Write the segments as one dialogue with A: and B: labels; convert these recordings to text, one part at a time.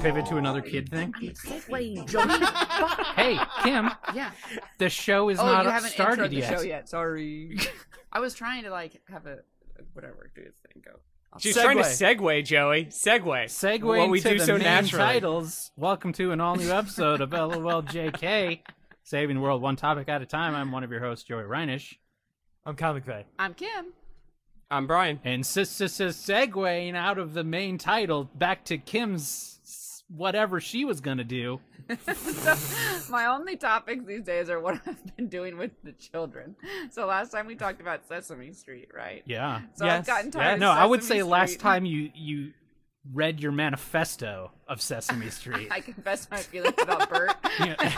A: pivot to another kid thing?
B: Segway, Joey. Fuck.
A: Hey, Kim,
B: Yeah.
A: the show is
B: oh, you
A: not
B: haven't started
A: started
B: the
A: yet.
B: show yet. Sorry. I was trying to like have a whatever do this thing go.
C: She's trying to segue, Joey. Segue.
A: Segue
C: What we
A: into
C: do
A: the
C: so
A: main
C: naturally.
A: titles. Welcome to an all new episode of LOLJK, saving the world one topic at a time. I'm one of your hosts, Joey Reinish,
D: I'm Comic Bay.
B: I'm Kim.
C: I'm Brian.
A: and s- s- s- segueing out of the main title back to Kim's s- whatever she was gonna do.
B: so my only topics these days are what I've been doing with the children. So last time we talked about Sesame Street, right?
A: Yeah.
B: So I've
D: Yes.
B: gotten tired.
A: yeah.
B: of
A: No, I would say
B: Sesame
A: last
B: Street.
A: time you you read your manifesto of Sesame Street.
B: I confess my feelings about Bert.
A: You know-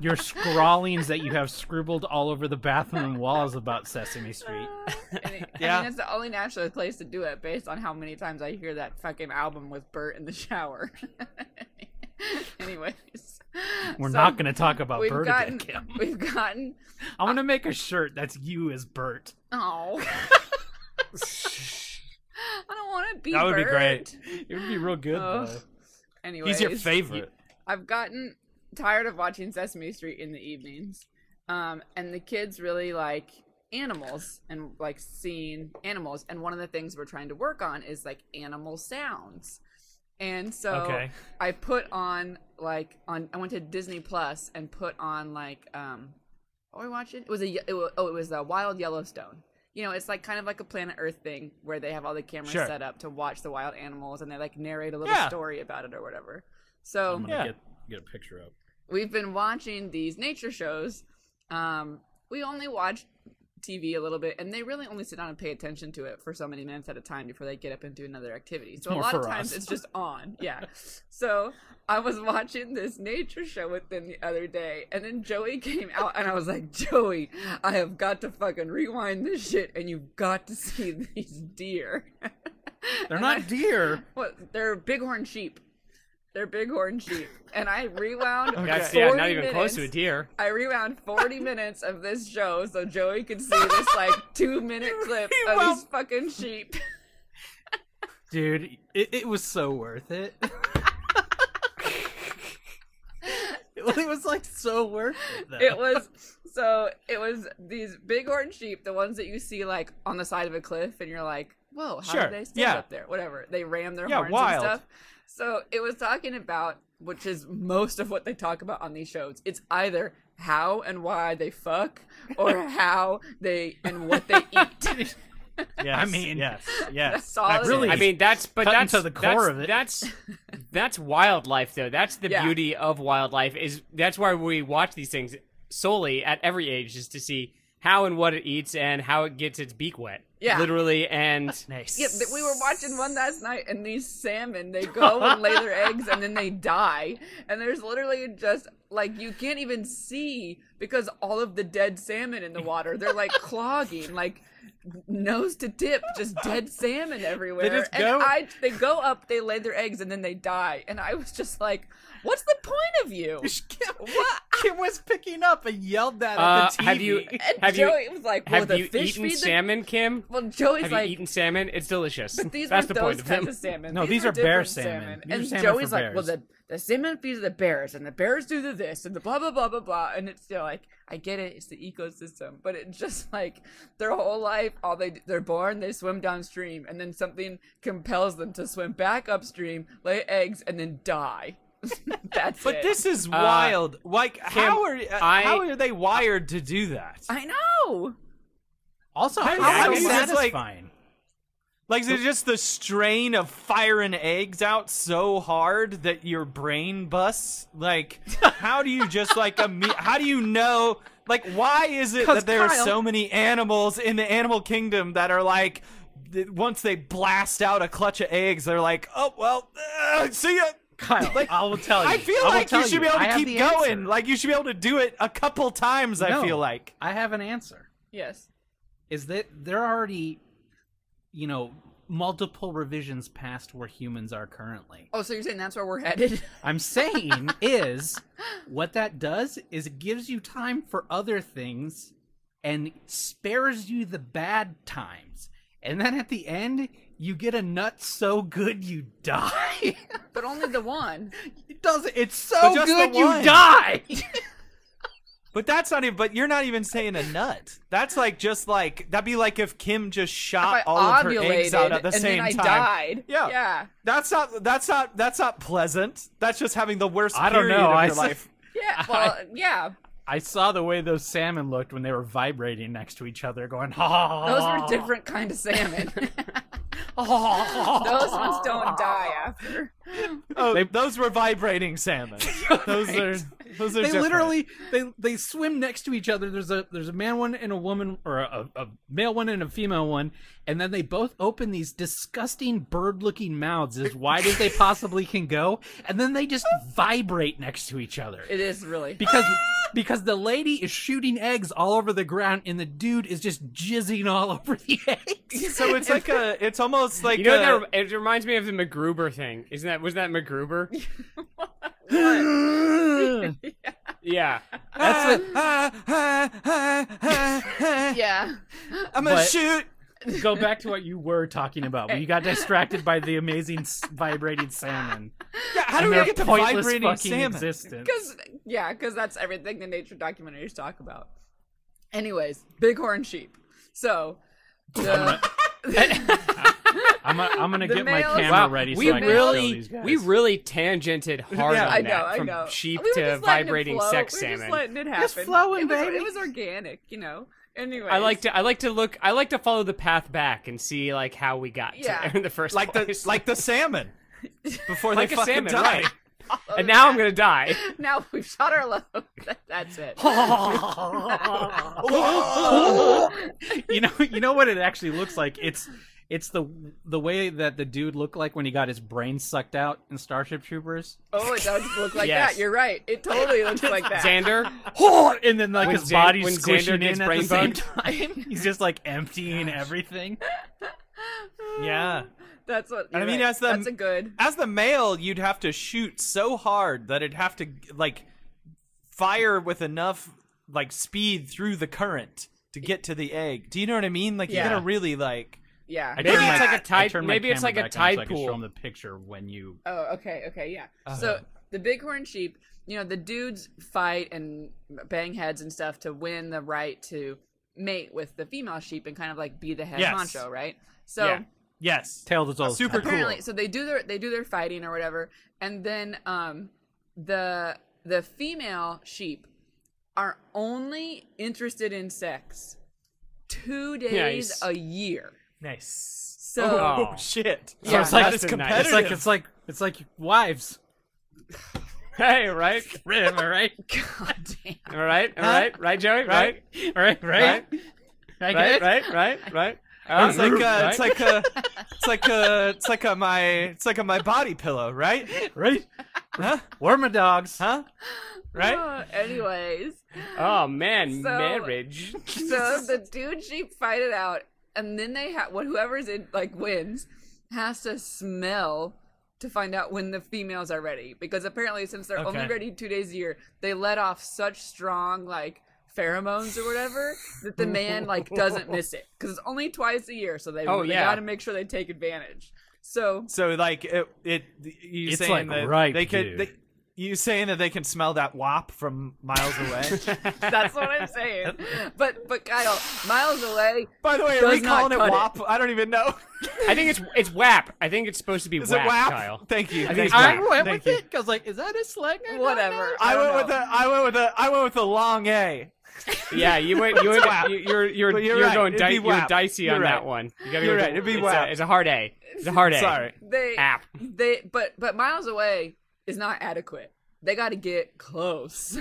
A: your scrawlings that you have scribbled all over the bathroom walls about Sesame Street.
B: Uh, And it- I
C: Yeah.
B: mean, it's the only natural place to do it based on how many times I hear that fucking album with Bert in the shower. Anyways,
A: We're
B: so
A: not going to talk about
B: we've
A: Bert
B: gotten,
A: again, Kim.
B: We've gotten.
A: I want to make a shirt that's you as Bert.
B: Oh, I don't want to be.
C: That would be
B: Bert.
C: great.
A: It would be real good,
B: Ugh.
A: though.
B: Anyways,
C: He's your favorite.
B: I've gotten tired of watching Sesame Street in the evenings. Um, and the kids really like animals and like seeing animals. And one of the things we're trying to work on is like animal sounds. And so
D: Okay.
B: I put on like on I went to Disney Plus and put on like um what were we watching? It was a ye- it was, oh it was the Wild Yellowstone. You know, it's like kind of like a Planet Earth thing where they have all the cameras
D: Sure.
B: set up to watch the wild animals and they like narrate a little
C: Yeah.
B: story about it or whatever. So
A: I'm going to
D: Yeah.
A: get, get a picture up.
B: we've been watching these nature shows. Um, we only watch TV a little bit, and they really only sit down and pay attention to it for so many minutes at a time before they get up and do another activity. So a
A: more
B: lot of
A: for
B: times
A: us.
B: it's just on. Yeah. so I was watching this nature show with them the other day, and then Joey came out, and I was like, Joey, I have got to fucking rewind this shit, and you've got to see these deer.
A: They're
B: And I-
A: not deer.
B: what? They're bighorn sheep. They're bighorn sheep. And I rewound.
C: That's
B: 40
C: yeah, not even close to a
B: minutes-
C: deer.
B: I rewound 40 minutes of this show so Joey could see this like two minute clip of these fucking sheep.
A: Dude, it, it was so worth it. it was like so worth it, though.
B: It was so it was these bighorn sheep, the ones that you see like on the side of a cliff, and you're like, whoa, how
C: Sure,
B: did they stand
C: yeah.
B: up there? Whatever. They ram their
C: Yeah,
B: horns
C: wild.
B: and stuff. So it was talking about, which is most of what they talk about on these shows. It's either how and why they fuck, or how they and what they eat.
D: Yes.
A: I mean-
D: yes, yes.
B: That's all
D: That's
B: it
D: really
B: is.
C: I mean, that's but
A: Cut
C: that's
A: into the core
C: that's-
A: of it.
C: That's that's wildlife, though. That's the
B: Yeah.
C: beauty of wildlife. Is that's why we watch these things solely at every age, is to see how and what it eats and how it gets its beak wet.
B: Yeah.
C: literally and
A: nice.
B: Yeah, th- we were watching one last night, and these salmon they go and lay their eggs, and then they die. And there's literally just like you can't even see because all of the dead salmon in the water. They're like clogging, like nose to tip, just dead salmon everywhere.
C: just go-
B: And I, they go up, they lay their eggs, and then they die. And I was just like, "What's the point of you?"
A: Kim, Kim was picking up and yelled that
C: Uh, have you
B: And
C: have you
B: Joey was like, "Well,
C: have
B: the
C: you
B: fish
C: eaten
B: feed the-"
C: salmon, Kim?
B: Well, Joey's
C: Have
B: like,
C: you eaten salmon? It's delicious.
B: These
C: That's
B: were
C: the
B: those
C: point of
B: kinds
C: them.
B: of salmon.
A: No, these
B: were
A: are bear
B: different
A: salmon. These are
B: And
A: salmon
B: Joey's
A: for
B: like, well,
A: bears.
B: the, the salmon feeds the bears, and the bears do the this, and the blah blah blah blah blah. And it's still like, I get it, it's the ecosystem, but it's just like their whole life, all they d- they're born, they swim downstream, and then something compels them to swim back upstream, lay eggs, and then die. That's
D: But
B: it.
D: this is wild. Like, how are uh,
C: I-
D: how are they wired to do that?
B: I know.
A: Also, how
D: I
A: is
D: mean,
A: that
D: it's like-
A: satisfying?
D: Like, is it just the strain of firing eggs out so hard that your brain busts? Like, how do you just like imme- how do you know? Like, why is it
B: 'Cause
D: that there
B: Kyle-
D: are so many animals in the animal kingdom that are like, th- once they blast out a clutch of eggs, they're like, oh well, uh, see ya.
A: Kyle, I will tell you.
D: I feel
A: will
D: like
A: tell
D: you should be able
A: I
D: to
A: have
D: keep
A: the
D: going.
A: answer.
D: Like, you should be able to do it a couple times.
A: No,
D: I feel like.
A: I have an answer.
B: Yes.
A: Is that they're already, you know, multiple revisions past where humans are currently.
B: Oh, so you're saying that's where we're headed?
A: I'm saying is what that does is it gives you time for other things and spares you the bad times. And then at the end, You get a nut so good you die.
B: But only the one.
A: it doesn't. It's
D: But
A: so
D: just the
A: good you
D: one.
A: die.
D: But that's not even. But you're not even saying a nut. That's like just like that'd be like if Kim just shot
B: If I
D: all of her eggs
B: ovulated
D: out at the
B: and
D: same
B: then I
D: time.
B: died.
D: Yeah.
B: Yeah.
D: That's not. That's not. That's not pleasant. That's just having the worst.
A: I don't
D: period
A: know,
D: Of
A: I
D: your
A: s-
D: life.
B: Yeah. Well, yeah.
A: I saw the way those salmon looked when they were vibrating next to each other, going ha.
B: Those were different kind of salmon. Those ones don't die after.
D: Oh, those were vibrating salmon. those are. Those
A: They
D: are. different.
A: literally they they swim next to each other. There's a there's a man one and a woman or a, a male one and a female one, and then they both open these disgusting bird looking mouths as wide as they possibly can go, and then they just vibrate next to each other.
B: It is really.
A: because because the lady is shooting eggs all over the ground and the dude is just jizzing all over the eggs.
D: So it's like a. It's almost like
C: You know
D: a,
C: what that it reminds me of the MacGruber thing. Isn't that was that MacGruber?
A: That's
C: yeah.
A: the,
B: yeah.
D: I'm
A: gonna
D: gonna
A: But-
D: shoot.
A: go back to what you were talking about. When you got distracted by the amazing s- vibrating salmon.
D: how do
A: and
D: we
A: their
D: get to
A: pointless
D: vibrating
A: fucking
D: salmon?
A: existence.
B: Because yeah, because that's everything the nature documentaries talk about. Anyways, bighorn sheep. So the,
A: I'm, i I'm gonna
B: The
A: get my
B: male-
A: camera
B: Wow,
A: ready.
C: we
A: so I can show
C: really
A: these guys.
C: we really tangented hard
D: Yeah.
C: on
B: I
C: that,
B: know, I
C: from
B: know.
C: sheep
B: We were
C: to
B: just letting it
C: vibrating
B: flow.
C: sex
B: we were
C: salmon.
B: Just letting it happen.
A: flowing,
B: it was,
A: baby.
B: It was organic, you know. Anyway,
C: I like to I like to look I like to follow the path back and see like how we got
B: Yeah.
C: to there in the first
D: Like the
C: place.
D: like the salmon. Before
C: Like
D: they
C: a
D: fucking
C: salmon,
D: die.
C: right. and now I'm gonna die.
B: Now we've shot our load. That- That's it.
A: you know you know what it actually looks like it's it's the the way that the dude looked like when he got his brain sucked out in starship troopers
B: Oh, it does look like
C: Yes.
B: that. You're right. It totally looks like that.
C: Xander,
D: Oh,
A: and then like
C: When
A: his
C: Xan-
A: body's
C: when Xander
A: squishing
C: gets
A: in at the
C: brain
A: same
C: bugged.
A: time he's just like emptying everything
D: Yeah.
B: That's what.
D: I
B: you're
D: mean,
B: right.
D: as the-
B: that's a good.
D: As the male, you'd have to shoot so hard that it'd have to like fire with enough like speed through the current to get to the egg. Do you know what I mean? Like you
B: Yeah.
D: gotta really like
B: Yeah.
A: I
C: Maybe
A: turned
C: it's
A: my-
C: like a
A: I
C: tide-
A: turned my
C: maybe it's
A: camera
C: like a
A: back on
C: tide
A: so I could show
C: pool.
A: him the picture when you
B: Oh, okay, okay, yeah. So the bighorn sheep, you know, the dudes fight and bang heads and stuff to win the right to mate with the female sheep and kind of like be the head
D: Yes.
B: honcho, right? So
D: Yeah. Yes.
A: tell the old
D: Super cool.
B: apparently, so they do their they do their fighting or whatever, and then um, the the female sheep are only interested in sex two days
C: Nice.
B: a year.
D: Nice.
B: So
D: Oh,
C: Oh.
D: shit.
B: Yeah.
A: it's like
C: That's
A: it's,
C: a nice-
A: it's like it's like it's like wives
C: hey, right,
A: Right, am I right
B: god damn.
C: all right, all right, right, Joey, right,
A: right right I get
C: right,
A: it?
C: right, right, right.
D: It's like uh, it's like a, it's like a, it's like a my, it's like a my body pillow, right?
A: right
D: Huh?
A: we're my dogs
D: Huh? Right?
B: Uh, anyways,
C: oh man,
B: So-
C: marriage.
B: so the dude sheep fight it out, and then they have what whoever's in like wins has to smell to find out when the females are ready because apparently since they're only
D: Okay.
B: ready two days a year, they let off such strong like pheromones or whatever that the man like doesn't miss it because it's only twice a year, so they,
C: Oh,
B: they
C: yeah.
B: got to make sure they take advantage. So
D: So like it, it you
A: It's like
D: saying that
A: ripe,
D: they could,
A: dude.
D: they, you saying that they can smell that wop from miles away?
B: that's what I'm saying. But but Kyle, miles away,
D: By the way, are
B: Does
D: we
B: not
D: calling it
B: cut it.
D: wop? I don't even know.
C: I think it's it's WAP. I think it's supposed to be
D: Is
C: WAP,
D: it wap?
C: Kyle.
D: Thank you.
C: I
D: Thank
C: think
D: you.
C: it's
A: I
C: wap.
A: went
D: Thank
A: with
D: you.
A: it because, like, is that a slang? I don't
B: whatever.
A: know.
D: I
B: don't
D: went with
B: know.
D: a, I went with a, I went with a long A.
C: Yeah, you went. You went.
D: WAP.
C: You, you're you're
D: But you're
C: you're,
D: right,
C: going
D: it'd be
C: di- you're
D: WAP.
C: dicey on
D: You're right.
C: that one. You gotta
D: You're
C: go,
D: right, it'd be
C: it's
D: WAP.
C: A, it's a hard A. It's a hard A.
D: Sorry.
B: they
C: App.
B: they but but miles away is not adequate they got to get close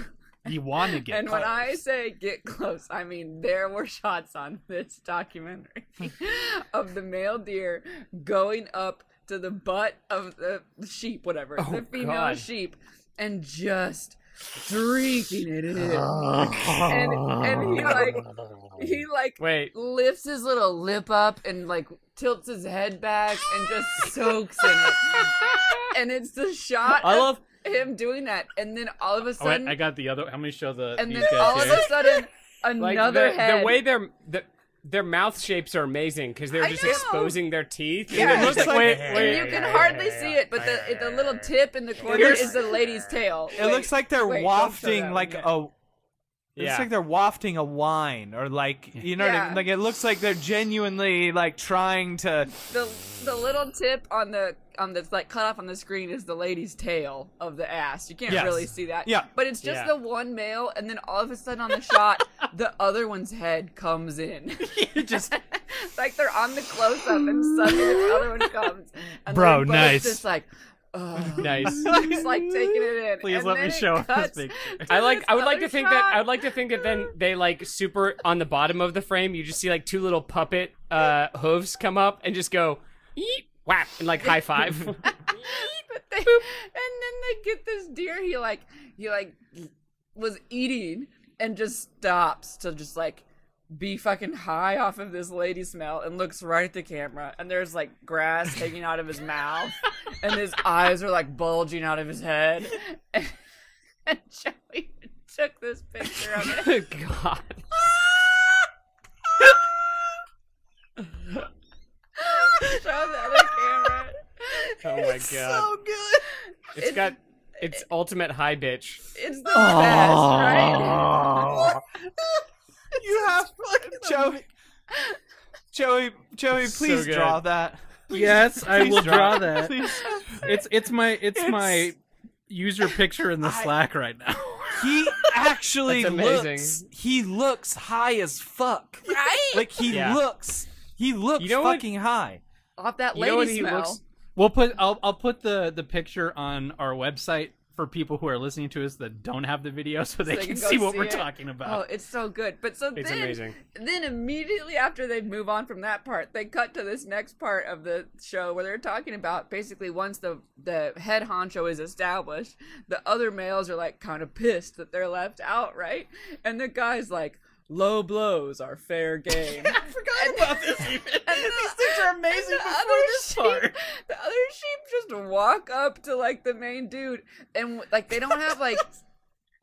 A: You want to get
B: and when i say get close i mean there were shots on this documentary of the male deer going up to the butt of the sheep whatever the female
C: God.
B: sheep and just drinking it in and, and he like he like
C: Wait.
B: lifts his little lip up and like tilts his head back and just soaks in it. And it's the shot
C: I
B: of
C: love-
B: him doing that, and then all of a
A: Oh, wait,
B: sudden,
A: I got the other. How many show the
B: and
A: these
B: then all
A: guys
B: of
A: here?
B: a sudden,
C: Like
B: another
C: the,
B: head.
C: the way they're the, their mouth shapes are amazing because they're
B: I
C: just
B: know.
C: exposing their teeth.
B: Yeah,
C: and it looks like,
D: it's like-
C: wait,
D: And
C: wait,
B: And you can hardly see it, but the the little tip in the corner
D: looks-
B: is the lady's tail.
D: It looks like they're wafting like
B: a.
D: a. It
C: Yeah.
D: looks like they're wafting a wine, or like you know, what I
B: Yeah.
D: mean? like it looks like they're genuinely like trying to.
B: the the little tip on the on the like cut off on the screen is the lady's tail of the ass. You can't
D: Yes.
B: really see that.
D: Yeah.
B: But it's just
C: Yeah.
B: the one male, and then all of a sudden on the shot, the other one's head comes in.
D: just-
B: It's like they're on the close up, and suddenly the other one comes. And
A: Bro,
B: they're both
A: nice.
B: Just like. ugh.
C: nice.
B: Just like taking it in.
A: Please
B: And
A: let
B: then
A: me
B: it
A: show this
B: cuts
A: picture.
B: to
C: I like.
B: this
C: I would like
B: other
C: to think that.
B: shot.
C: I would like to think that then they like super on the bottom of the frame. You just see like two little puppet uh hooves come up and just go, eep, whap, and like high five.
B: but they, and then they get this deer. He like he like was eating and just stops to just like be fucking high off of this lady smell and looks right at the camera and there's like grass hanging out of his mouth and his eyes are like bulging out of his head and, and Joey took this picture of it.
C: God.
B: Show the other camera.
C: Oh my god.
B: So good.
C: it's got. It's ultimate high bitch.
B: It's the best, right?
D: You have Joey. Joey, Joey,
C: So
D: please
C: good.
D: draw that.
A: Yes, I
D: Please
A: will draw
D: draw-
A: that.
D: Please.
A: It's it's my it's,
D: It's-
A: my user picture in the Slack right now.
D: He actually
C: That's amazing.
D: looks. He looks high as fuck.
B: Right?
D: Like he
C: Yeah.
D: looks. He looks
C: You know what-
D: fucking high.
B: off that
C: You know what
B: lady
C: he
B: smell.
C: looks.
A: We'll put I'll I'll put the the picture on our website for people who are listening to us that don't have the video so they
B: they
A: can
B: can go
A: see what
B: see
A: we're
B: it.
A: talking
B: Oh,
A: about.
B: it's so good. But so
C: It's
B: then,
C: amazing.
B: then immediately after they move on from that part, they cut to this next part of the show where they're talking about basically once the the head honcho is established, the other males are like kind of pissed that they're left out, right? And the guy's like, "Low blows are fair game."
A: I forgot about this even. These things are
B: and
A: amazing
B: the
A: before
B: other
A: this
B: sheep-
A: part.
B: The other sheep just walk up to like the main dude, and like they don't have like.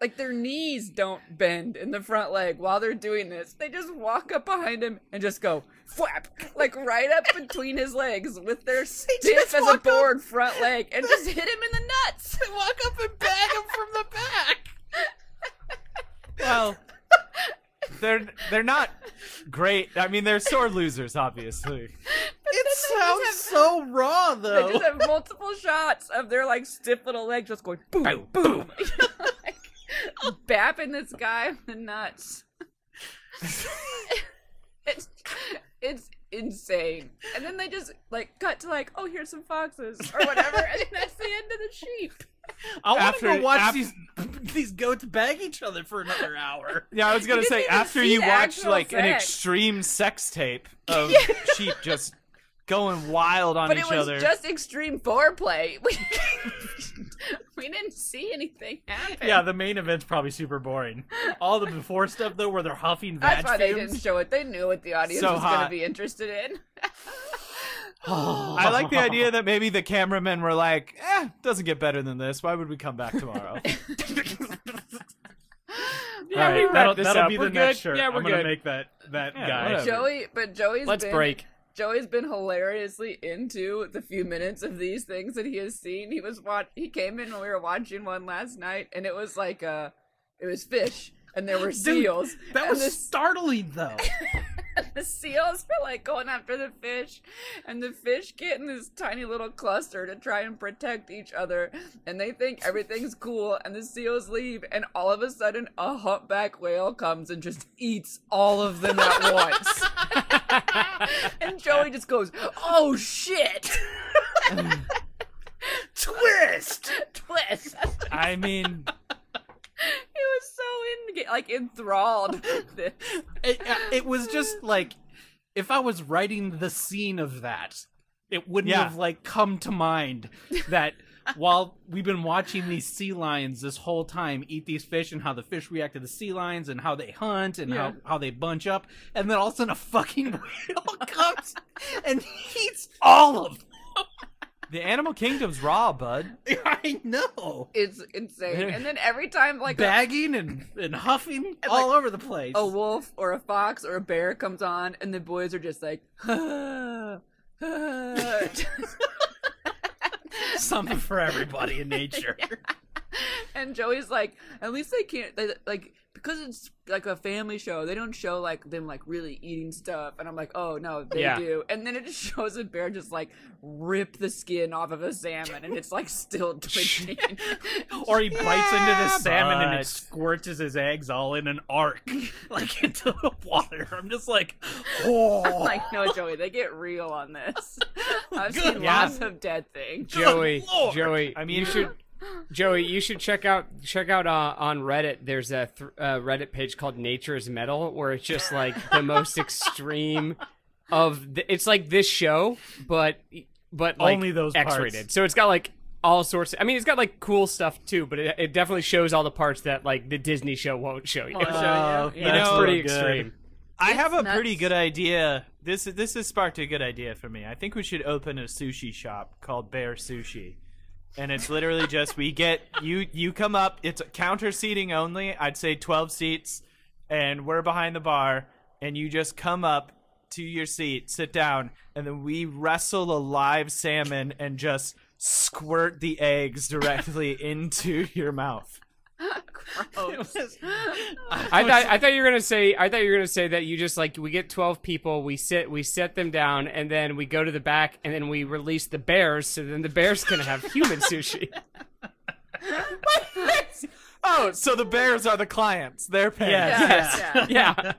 B: Like their knees don't bend in the front leg while they're doing this. They just walk up behind him and just go flap, like right up between his legs with their stiff as a board front leg and just hit him in the nuts.
A: Walk up and bag him from the back.
D: Well, they're they're not great. I mean, they're sore losers, obviously.
A: It sounds so raw
B: They
A: though.
B: just have multiple shots of their like stiff little leg just going boom, boom, like, bapping this guy in the nuts. it's it's insane. And then they just like cut to like, oh, here's some foxes or whatever, and then that's the end of the sheep.
A: I want to
D: After-
A: go watch
D: af-
A: these these goats bag each other for another hour.
D: Yeah, I was gonna
B: You didn't
D: say
B: even
D: after
B: see
D: you
B: the
D: watch
B: actual
D: like an
B: sex.
D: extreme sex tape of sheep just going wild on
B: But
D: each
B: it was
D: other.
B: just extreme foreplay. We, we didn't see anything happen.
A: Yeah, the main event's probably super boring. All the before stuff though, where they're huffing
B: That's
A: vag
B: why they
A: fumes.
B: didn't show it. They knew what the audience
D: So
B: was
D: hot.
B: gonna be interested in.
D: I like the idea that maybe the cameramen were like, "Eh, doesn't get better than this. Why would we come back tomorrow?"
A: Yeah,
C: we wrap
A: that'll,
C: this
A: that'll
C: up.
A: be
C: We're
A: the next
C: good.
A: shirt.
C: Yeah, we're
A: I'm gonna
C: good.
A: make that that
D: Yeah,
A: guy.
D: whatever.
B: Joey, but Joey's
C: Let's
B: been,
C: break.
B: Joey's been hilariously into the few minutes of these things that he has seen. He was watch. He came in when we were watching one last night, and it was like uh it was fish, and there were seals.
A: That
B: and
A: was
B: the,
A: startling though.
B: the seals were like going after the fish, and the fish get in this tiny little cluster to try and protect each other, and they think everything's cool, and the seals leave, and all of a sudden a humpback whale comes and just eats all of them at once. And Joey just goes, "Oh shit!" Twist, twist.
D: I mean,
B: He was so in, like enthralled. with this.
A: it, uh, it was just like if I was writing the scene of that, it wouldn't
D: Yeah.
A: have like come to mind that while we've been watching these sea lions this whole time eat these fish and how the fish react to the sea lions and how they hunt and
B: Yeah.
A: how, how they bunch up and then all of a sudden a fucking whale comes and eats all of them.
D: The animal kingdom's raw, bud.
A: I know.
B: It's insane. And then every time like a,
A: Bagging and, and huffing all over the place.
B: a wolf or a fox or a bear comes on, and the boys are just like,
A: something for everybody in nature.
B: and Joey's like, at least they can't they, like because it's like a family show. They don't show like them like really eating stuff, and I'm like, oh no, they
C: Yeah.
B: do. And then it just shows a bear just like rip the skin off of a salmon, and it's like still twitching.
A: Or he bites into the
D: Yeah,
A: salmon and
D: but-
A: it squirts his eggs all in an arc, like into the water. I'm just like, oh,
B: like no, Joey, they get real on this. I've seen
A: Yeah.
B: lots of dead things.
C: Joey,
A: Lord.
C: Joey,
D: I mean-
C: you should, Joey, you should check out check out uh, on Reddit. There's a th- uh, Reddit page called Nature's Metal, where it's just like the most extreme of. The, it's like this show, but but like
D: Only those parts.
C: X-rated. So it's got like all sorts. I mean, it's got like cool stuff too, but it, it definitely shows all the parts that like the Disney show won't show you.
B: Won't show you.
A: Oh,
D: Uh, you
C: That's
D: know-
C: pretty
A: good.
C: extreme.
D: I have a
B: nuts.
D: pretty good idea. This this has sparked a good idea for me. I think we should open a sushi shop called Bear Sushi. And it's literally just we get you you come up, it's counter seating only. I'd say 12 seats and we're behind the bar and you just come up to your seat, sit down, and then we wrestle a live salmon and just squirt the eggs directly into your mouth.
B: Gross.
C: I thought I thought you were gonna say I thought you were gonna say that you just like we get twelve people, we sit we set them down, and then we go to the back, and then we release the bears, so then the bears can have human sushi.
D: Oh, so the bears are the clients. They're paying.
A: Yes.
B: Yeah, yeah.
C: Yeah,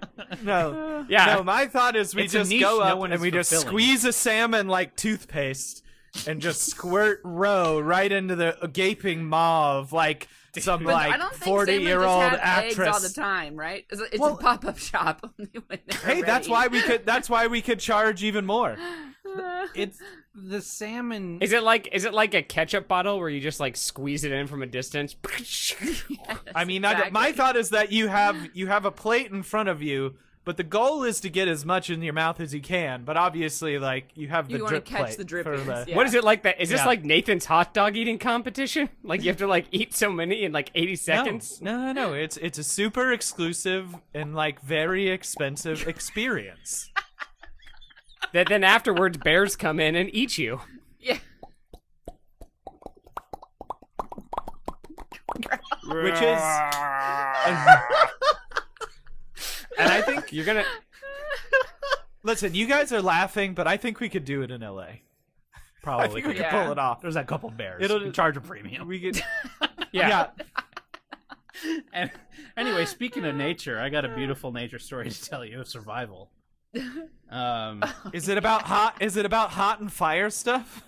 D: No.
C: yeah.
D: No, my thought is we
A: It's a
D: just
A: niche
D: go
A: no
D: up
A: one
D: and
A: is
D: we just
A: fulfilling.
D: squeeze a salmon like toothpaste and just squirt roe right into the gaping maw of like some
B: But
D: like
B: I don't think
D: forty
B: salmon
D: year
B: just
D: old
B: have eggs all the
D: actress.
B: time, right? It's, a- it's
D: Well-
B: a pop-up shop. when they're
D: Hey, that's
B: ready.
D: why we could. That's why we could charge even more.
A: It's the salmon.
C: Is it like is it like a ketchup bottle where you just like squeeze it in from a distance?
D: I mean, I d- my
B: exactly.
D: thought is that you have you have a plate in front of you, but the goal is to get as much in your mouth as you can. But obviously, like you have the
B: You wanna
D: drip
B: catch
D: plate
B: the
D: for
B: drippings,
D: the-
B: yeah.
C: What is it like that? Is this
D: Yeah.
C: like Nathan's hot dog eating competition? Like you have to like eat so many in like eighty seconds?
D: No, no, no, no. It's it's a super exclusive and like very expensive experience.
C: That then afterwards bears come in and eat you.
B: Yeah.
D: Which is- and I think
C: You're gonna
D: listen, you guys are laughing, but I think we could do it in LA. I
A: probably
D: think we could
B: Yeah.
D: pull it off.
A: there's a couple bears.
D: It'll-
A: We charge a premium.
D: We could
C: yeah.
D: Yeah.
A: And anyway, speaking of nature, I got a beautiful nature story to tell you of survival. Um,
D: Is it about hot is it about hot and fire stuff?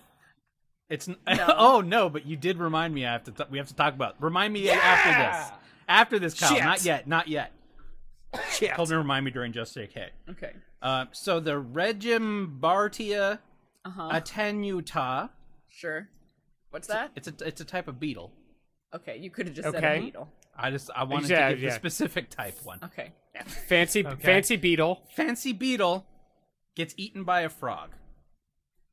A: it's n oh no, but you did remind me. I have to. T- we have to talk about. Remind me after this. After this, Kyle.
D: Shit.
A: Not yet. Not yet. Told me to remind me during Just Say K.
B: Okay.
A: Uh, so the Regim Bartia
B: Uh huh.
A: attenuta.
B: sure. What's that?
A: It's a it's a type of beetle.
B: Okay, you could have just said
C: Okay.
B: a needle.
A: I just I wanted
C: Yeah,
A: to give
C: yeah.
A: the specific type one.
B: Okay.
C: Fancy fancy beetle.
A: Fancy beetle gets eaten by a frog.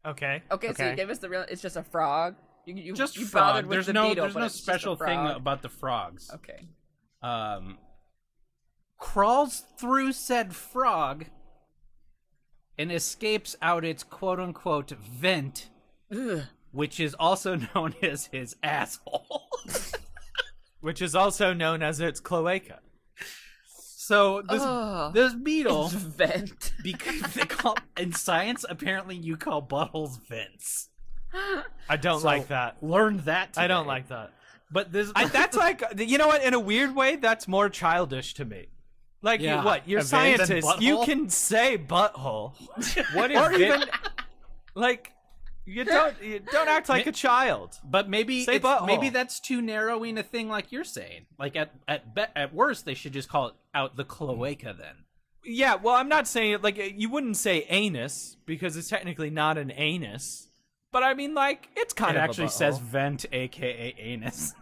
D: Okay.
B: Okay, so
C: Okay.
B: you gave us the real. It's just a frog. You, you
A: Just
B: you bothered
A: frog.
B: with
A: There's
B: the
A: no
B: beetle,
A: there's
B: but
A: no
B: it's just a
A: special thing
B: frog. Oh.
A: about the frogs.
B: Okay.
A: Um, crawls through said frog and escapes out its quote unquote vent,
B: Ugh.
A: which is also known as his asshole.
D: Which is also known as its cloaca.
A: so this
B: Ugh.
A: this
B: Oh.
A: beetle.
B: It's vent.
A: because they call in science apparently you call buttholes vents.
D: I don't like that.
A: Learned that.
D: I don't
A: today.
D: like that.
A: But this
D: I, that's like you know what? In a weird way, that's more childish to me. Like you-
A: Yeah.
D: what? You're
A: A van than
D: scientists. You
A: butthole?
D: can say butthole,
C: What is
D: or
C: it?
D: even like you don't you don't act like a child.
A: but maybe
D: Say
A: it's-
D: butthole.
A: maybe that's too narrowing a thing like you're saying. Like at at be- at worst they should just call it out the cloaca then.
D: Yeah. Well, I'm not saying like you wouldn't say anus because it's technically not an anus. But I mean, like it's kind
A: It
D: of a
A: actually
D: butthole.
A: says vent aka anus.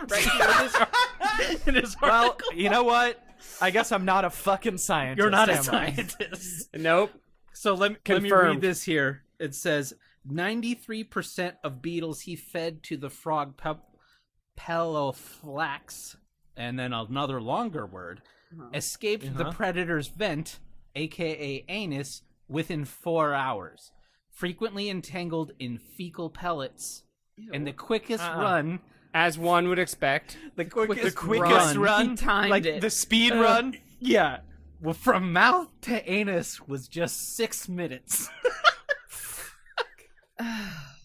B: Right here, this-
A: It is hard.
D: Well, you know what? I guess I'm not a fucking scientist.
A: you're not a
D: am I?
A: scientist.
C: Nope.
A: So let me, let me read
C: Confirmed.
A: this here. It says 93% of beetles he fed to the frog pep- peloflax, and then another longer word, escaped the predator's vent, aka anus, within four hours, frequently entangled in fecal pellets. And the quickest run,
C: As one would expect.
A: the quickest,
D: The quickest run,
B: He timed
D: like
B: it.
D: the speed
A: Uh,
D: run.
A: Yeah. Well, from mouth to anus was just six minutes.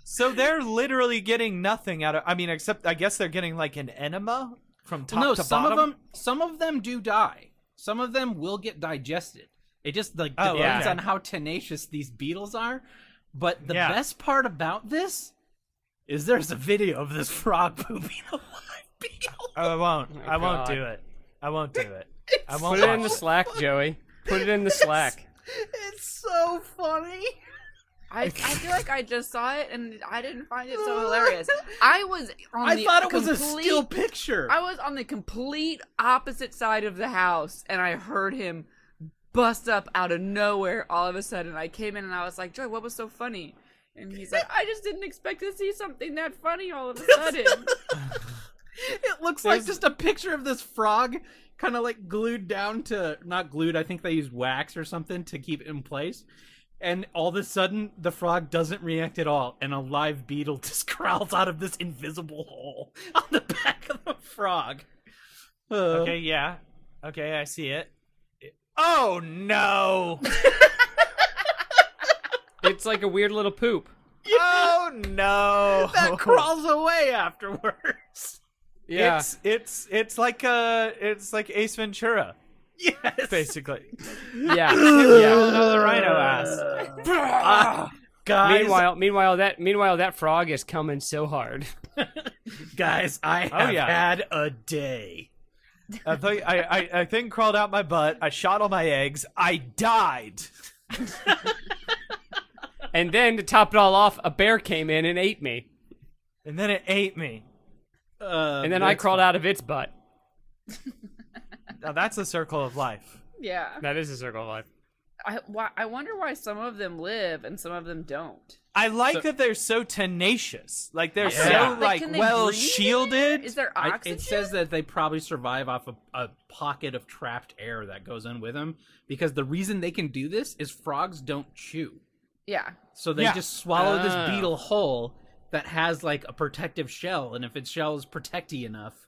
D: So they're literally getting nothing out of. I mean, except I guess they're getting like an enema from top
A: no,
D: to
A: some
D: bottom.
A: of them, some of them do die. Some of them will get digested. It just like
D: Oh,
A: depends
D: okay.
A: on how tenacious these beetles are. But the
D: Yeah.
A: best part about this is there's a video of this frog pooping a live beetle.
D: I won't.
A: Oh
D: I won't
C: God.
D: do it. I won't do it. Uh, I
C: Put
D: won't.
C: it in the
D: watch
C: slack, Joey. Put it in the slack.
A: It's so funny.
B: I, I feel like I just saw it and I didn't find it so hilarious. I was on
A: I
B: the
A: thought it was a
B: complete-
A: still picture.
B: I was on the complete opposite side of the house and I heard him bust up out of nowhere all of a sudden. I came in and I was like, Joy, what was so funny? And he's like, I just didn't expect to see something that funny all of a sudden.
A: It looks like just a picture of this frog kind of like glued down to not glued, I think they use wax or something to keep it in place. And all of a sudden the frog doesn't react at all and a live beetle just crawls out of this invisible hole on the back of the frog. Uh,
D: it. Okay. Yeah. Okay. I see it. Oh no!
C: It's like a weird little poop.
D: oh no!
A: That crawls away afterwards.
C: Yeah.
D: It's it's it's like uh it's like Ace Ventura
A: Yes.
D: basically.
C: yeah. yeah.
D: Another rhino ass.
A: Ah, guys,
C: Meanwhile, meanwhile that meanwhile that frog is coming so hard.
A: guys, I have
D: Oh, yeah.
A: had a day.
D: I think I, I I think crawled out my butt. I shot all my eggs. I died.
C: And then to top it all off, a bear came in and ate me.
D: And then it ate me.
A: Uh,
C: And then I crawled out of its butt.
D: Now that's the circle of life.
B: yeah.
C: That is a circle of life.
B: I, why, I wonder why some of them live and some of them don't.
D: I like that they're so tenacious. Like they're
A: Yeah.
D: so
A: But
D: like
B: can they
D: well
B: breathe in it?
D: shielded.
B: Is there
A: I-
B: oxygen?
A: it says that they probably survive off of a pocket of trapped air that goes in with them because the reason they can do this is frogs don't chew.
B: yeah.
A: So they
D: Yeah.
A: just swallow
C: Ah.
A: this beetle whole that has like a protective shell, and if its shell is protecty enough,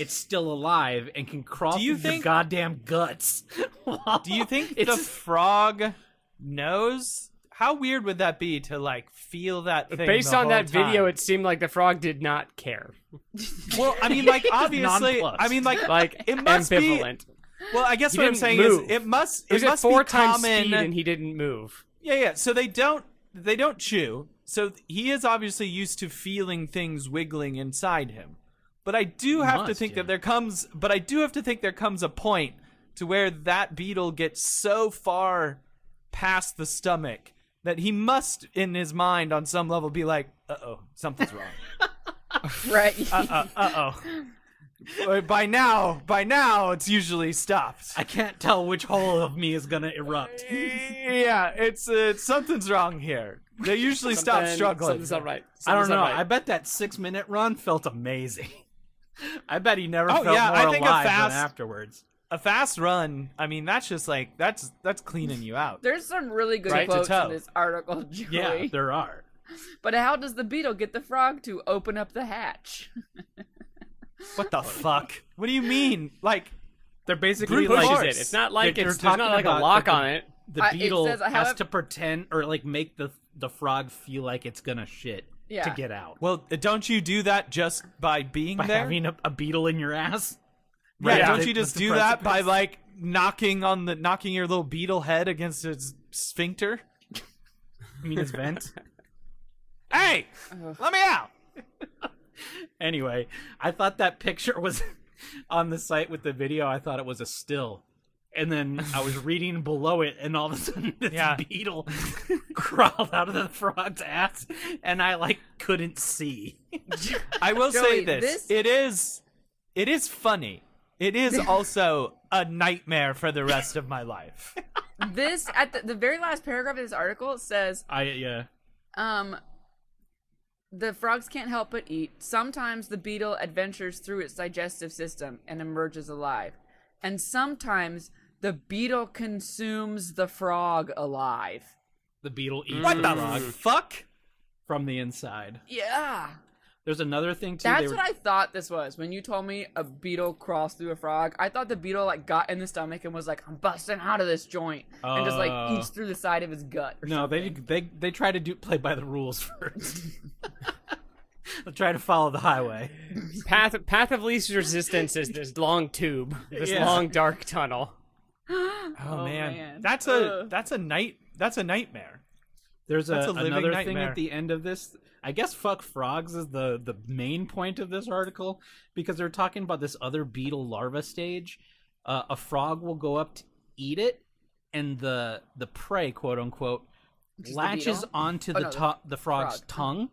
A: it's still alive and can crawl
D: Do you
A: through your
D: think-
A: goddamn guts.
D: Do you think
A: It's-
D: the frog knows? How weird would that be to like feel that thing?
C: Based
D: the
C: on
D: whole
C: that video,
D: time?
C: it seemed like the frog did not care.
D: well, I mean, like obviously,
A: nonplussed.
D: I mean, like
C: Like
D: It must be-
C: ambivalent.
D: well, I guess
C: He
D: what I'm
C: didn't
D: saying
C: move.
D: is it must
C: It was
D: it
C: at
D: must
C: four
D: be
C: times
D: common.
C: speed and he didn't move.
D: Yeah, yeah. So they don't they don't chew. So he is obviously used to feeling things wiggling inside him. But I do have to
A: Must,
D: think
A: yeah.
D: that there comes but I do have to think there comes a point to where that beetle gets so far past the stomach that he must in his mind on some level be like, "Uh-oh, something's wrong."
B: Right.
D: uh, uh-oh. But by now, by now it's usually stopped.
A: I can't tell which hole of me is gonna erupt.
D: yeah, it's uh, something's wrong here. They usually stop
C: Something-
D: struggling.
C: Something's not right.
A: I don't
C: Something's not
A: know.
C: right.
A: I bet that six minute run felt amazing. I bet he never
D: Oh,
A: felt
D: yeah,
A: more
D: I think a
A: alive
D: fast-
A: than afterwards.
D: a fast run i mean that's just like that's that's cleaning you out
B: There's some really good
D: Right to
B: quotes
D: toe.
B: in this article, Joey.
A: Yeah, there are.
B: But how does the beetle get the frog to open up the hatch?
D: what the fuck what do you mean like
A: They're basically
D: Brute
C: pushes
A: like
D: force.
C: it. It's not like
A: They're-
C: it's
A: they're
C: there's not
A: talking
C: like a
A: about
C: lock
A: the-
C: on it.
A: the
B: I- it
A: beetle
B: says I
A: has
B: have-
A: to pretend or like make the the frog feel like it's gonna shit
B: Yeah.
A: to get out
D: well don't you do that just by being
A: by
D: there
A: having a, a beetle in your ass.
D: yeah,
A: Right,
D: don't
A: the-
D: you just
A: the
D: do that by
A: precipice.
D: like knocking on the knocking your little beetle head against its sphincter
A: I mean, his vent.
D: hey let me out
A: Anyway, I thought that picture was on the site with the video. I thought it was a still. And then I was reading below it, and all of a sudden this
D: Yeah.
A: beetle crawled out of the frog's ass, and I like couldn't see.
D: i will say
B: Joey,
D: this.
B: this-
D: it is it is funny it is also a nightmare for the rest of my life
B: this at the, the very last paragraph of this article says
A: I yeah.
B: Um, the frogs can't help but eat. Sometimes the beetle adventures through its digestive system and emerges alive. And sometimes the beetle consumes the frog alive.
A: The beetle eats
D: What
A: the frog
B: Mm.
D: the fuck?
A: from the inside.
B: Yeah.
A: There's another thing too.
B: That's
A: they were-
B: what I thought this was. When you told me a beetle crossed through a frog, I thought the beetle like got in the stomach and was like, I'm busting out of this joint and just like
D: Uh.
A: Oh.
B: eats through the side of his gut or
A: No, they
B: something.
A: they they try to do play by the rules first. they try to follow the highway.
C: Path path of least resistance is this long tube, this
A: Yeah.
C: long dark tunnel.
D: Oh,
B: Oh,
D: man.
B: man.
D: that's a
B: Ugh.
D: that's a night that's a nightmare.
A: There's
D: That's
A: a,
D: a living
A: another thing
D: nightmare.
A: at the end of this. I guess fuck frogs is the the main point of this article because they're talking about this other beetle larva stage. Uh, a frog will go up to eat it, and the the prey, quote unquote,
B: is the
A: latches
B: beetle?
A: onto
B: Oh,
A: the
B: no, the
A: top the frog's
B: frog.
A: tongue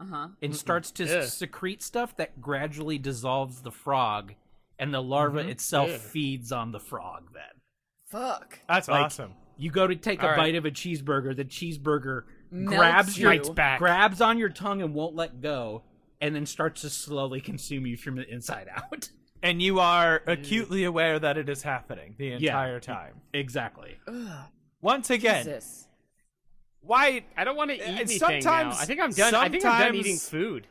B: Uh-huh.
A: and starts to
C: Ugh.
A: secrete stuff that gradually dissolves the frog, and the larva itself
C: Ugh.
A: feeds on the frog. Then
B: Fuck.
D: That's
A: Like-
D: awesome.
A: you go to take a
C: All right.
A: bite of a cheeseburger, the cheeseburger
B: Melts
A: grabs your
C: Bites back.
A: grabs on your tongue and won't let go, and then starts to slowly consume you from the inside out.
D: And you are acutely aware that it is happening the entire time.
A: exactly.
D: Once again,
B: Jesus.
D: why
C: I don't want to eat
D: Uh,
C: anything
D: sometimes-
C: now. I think I'm done. I think I'm done
D: sometimes-
C: eating food.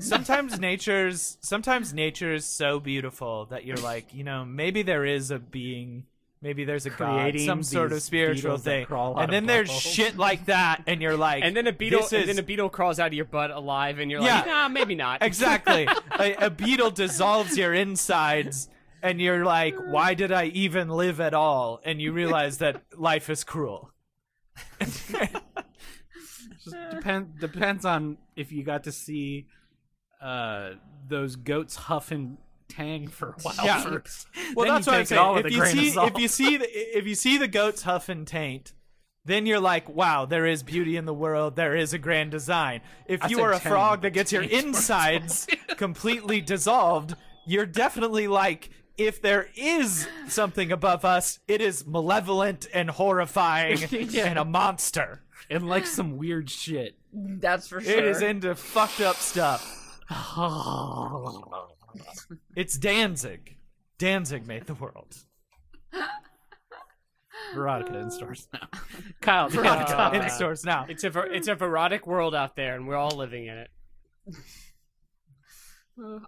D: sometimes nature's sometimes nature's so beautiful that you're like, you know, maybe there is a being, maybe there's a god,
A: Creating
D: some sort of
A: these
D: spiritual
A: beetles that
D: thing.
A: crawl out of
D: And then there's
A: buttholes.
D: shit like that, and you're like,
C: And then a beetle,
D: this
C: and
D: is-
C: then a beetle crawls out of your butt alive, and you're
D: Yeah.
C: like, nah, maybe not.
D: exactly a, a beetle dissolves your insides. And you're like, why did I even live at all? And you realize that life is cruel.
A: Just depend depends on if you got to see uh, those goats huff and tang for a while
D: Yeah.
A: first.
D: Well,
A: Then
D: that's
A: you
D: what
A: take
D: I'm
A: it
D: saying.
A: all with
D: if
A: a
D: you
A: grain of
D: see
A: salt.
D: if you see the, if you see the goats huff and taint, then you're like, wow, there is beauty in the world. There is a grand design. If you
A: said
D: are a
A: taint,
D: frog
A: but
D: that gets your insides completely dissolved, you're definitely like. If there is something above us, it is malevolent and horrifying and a monster.
A: and like some weird shit.
B: That's for sure.
D: It is into fucked up stuff. It's Danzig. Danzig made the world.
A: Veronica in stores now. Kyle, do you have a
C: Veronica.
A: topic?
D: Uh, in stores now.
C: It's a ver- it's a verotic world out there, and we're all living in it.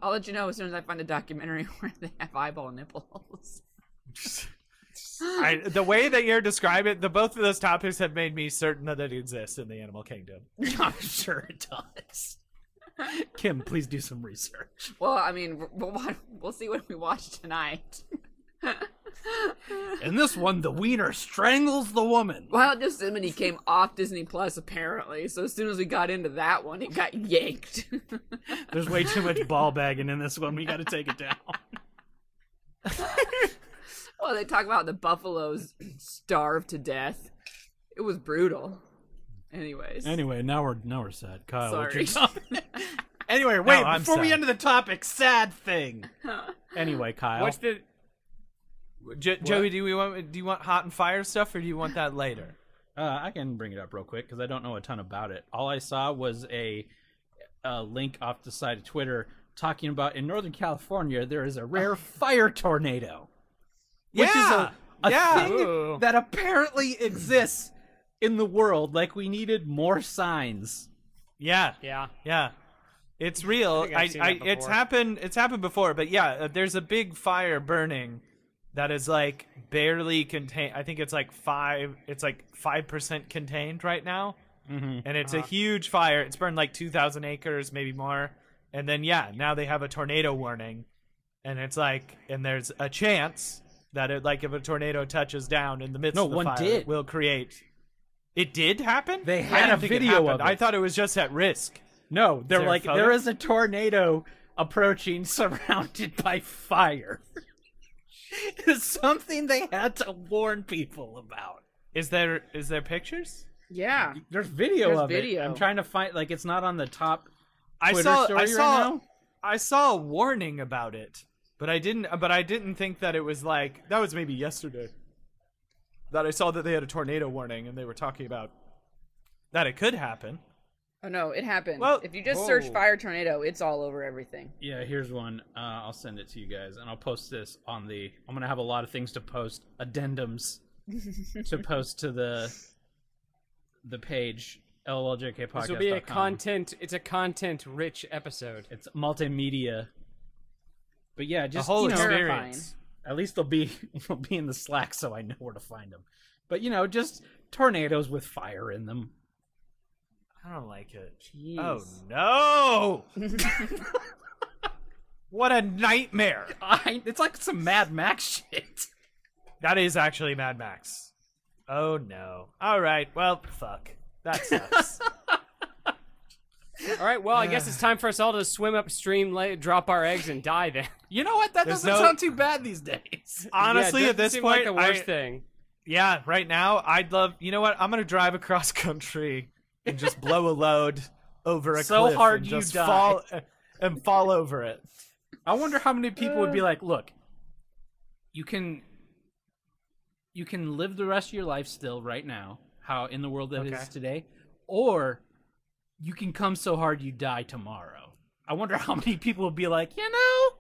B: I'll let you know as soon as I find a documentary where they have eyeball nipples.
D: I, the way that you're describing it, the both of those topics have made me certain that it exists in the animal kingdom.
A: I'm sure it does. Kim, please do some research.
B: Well, I mean, we'll, wa- we'll see what we watch tonight.
A: In this one, the wiener strangles the woman.
B: Wild Yosemite came off Disney Plus apparently, so as soon as we got into that one, it got yanked.
A: There's way too much ball bagging in this one. We got to take it down.
B: well, they talk about the buffaloes starved to death. It was brutal. Anyways,
A: Anyway, now we're now we're sad. Kyle, what's your
B: sorry.
A: top- anyway, wait
D: I'm
A: before we
D: sad.
A: end the topic, sad thing. Anyway, Kyle,
C: What's the
D: Jo- Joey, do we want do you want hot and fire stuff or do you want that later?
A: uh, I can bring it up real quick because I don't know a ton about it. All I saw was a, a link off the side of Twitter talking about in Northern California there is a rare fire tornado, which is a, a
D: yeah.
A: thing
C: Ooh.
A: that apparently exists in the world. Like we needed more signs.
D: yeah,
C: yeah?
D: yeah. It's real.
C: think
D: I,
C: I've
D: I,
C: seen that
D: it's
C: before.
D: happened. It's happened before, but yeah, uh, there's a big fire burning that is like barely contained. I think it's like five. It's like five percent contained right now. and it's
A: Uh-huh.
D: a huge fire. It's burned like 2,000 acres, maybe more. And then, yeah, now they have a tornado warning. And it's like, and there's a chance that it, like, if a tornado touches down in the midst
A: No,
D: of the
A: one
D: fire,
A: did.
D: it will create. It did happen?
A: They
D: I
A: had
D: didn't
A: a
D: think it
A: video of
D: happened. I
A: it.
D: thought it was just at risk.
A: No, they're
D: there a
A: like
D: photo?
A: there is a tornado approaching, surrounded by fire. it's something they had to warn people about.
D: Is there is there pictures?
B: yeah,
A: There's video
B: There's
A: of
B: video.
A: it. I'm trying to find like it's not on the top
D: I
A: Twitter
D: saw
A: story
D: I saw
A: right now.
D: I saw a warning about it, but I didn't uh, but I didn't think that it was like that was maybe yesterday. That I saw that they had a tornado warning and they were talking about that it could happen.
B: Oh no, it happened.
D: Well-
B: if you just search
C: Whoa.
B: fire tornado, it's all over everything.
A: Yeah, here's one. Uh, I'll send it to you guys, and I'll post this on the. I'm gonna have a lot of things to post, addendums to post to the the page lljkpodcast.com.
C: This will be a content. It's a content-rich episode.
A: It's multimedia. But yeah,
D: The
A: just
D: whole
A: you know,
B: exper-
D: experience.
A: at least they'll be will be in the Slack, so I know where to find them. But you know, just tornadoes with fire in them.
D: I don't like it.
C: Jeez.
D: Oh no! what a nightmare!
A: I, it's like some Mad Max shit.
D: That is actually Mad Max. Oh no. All right. Well, fuck. That sucks.
C: All right. Well, I guess it's time for us all to swim upstream, lay, drop our eggs, and die. Then
A: You know what? That
D: There's
A: doesn't
D: no-
A: sound too bad these days.
D: Honestly,
C: Yeah, it doesn't
D: at this
C: seem
D: point,
C: like the worst
D: I-
C: thing.
D: yeah, right now, I'd love. You know what? I'm gonna drive across country and just blow a load over a
A: So
D: cliff
A: hard
D: and
A: you
D: just
A: die.
D: fall and fall over it.
A: I wonder how many people would be like, "Look, you can, you can live the rest of your life still right now, how in the world that is
D: Okay.
A: today, or you can come so hard you die tomorrow." I wonder how many people would be like, "You know,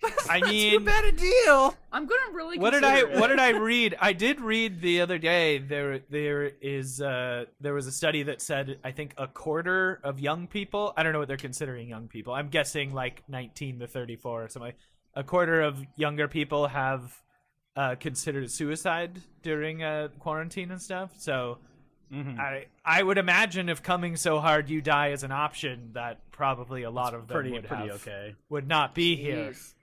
A: that's
D: I
A: not too
D: mean-
A: bad a deal."
B: I'm gonna really.
D: what did I
B: consider it.
D: what did I read? I did read the other day there there is uh there was a study that said I think a quarter of young people, I don't know what they're considering young people. I'm guessing like 19 to 34 or something. A quarter of younger people have uh considered suicide during uh quarantine and stuff. So I I would imagine if coming so hard you die is an option that probably a lot of them
A: Pretty,
D: would
A: pretty
D: have-
A: okay.
D: would not be here.
B: Jeez.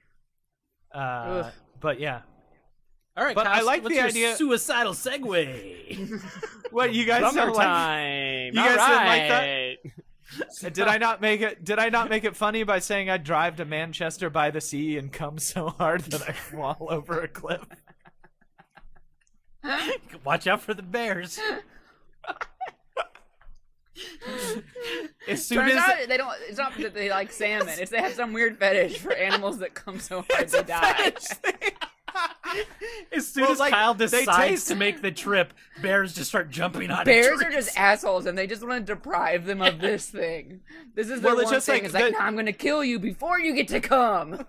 D: Uh,
B: Ugh.
D: but yeah.
A: All right,
D: But I
A: Kyle,
D: like
A: what's
D: the
A: your
D: idea-
A: Suicidal segue.
D: What you guys sound like
C: Summertime.
D: You
C: all
D: guys didn't like that?
C: right.
D: Did I not make it? Did I not make it funny by saying I drive to Manchester by the sea and come so hard that I fall over a cliff?
A: Watch out for the bears.
D: As soon
B: Turns
D: as
B: out they don't. It's not that they like salmon. It's they have some weird fetish for animals that come so hard they die.
A: As soon
D: Well,
A: as
D: like,
A: Kyle
D: they
A: decides
D: taste-
A: to make the trip, bears just start jumping on
B: Bears are
A: trees.
B: just assholes, and they just want to deprive them of this thing. This is their
D: Well, it's
B: one
D: just
B: thing.
D: like
B: it's like,
D: the-
B: nah, I'm gonna kill you before you get to come.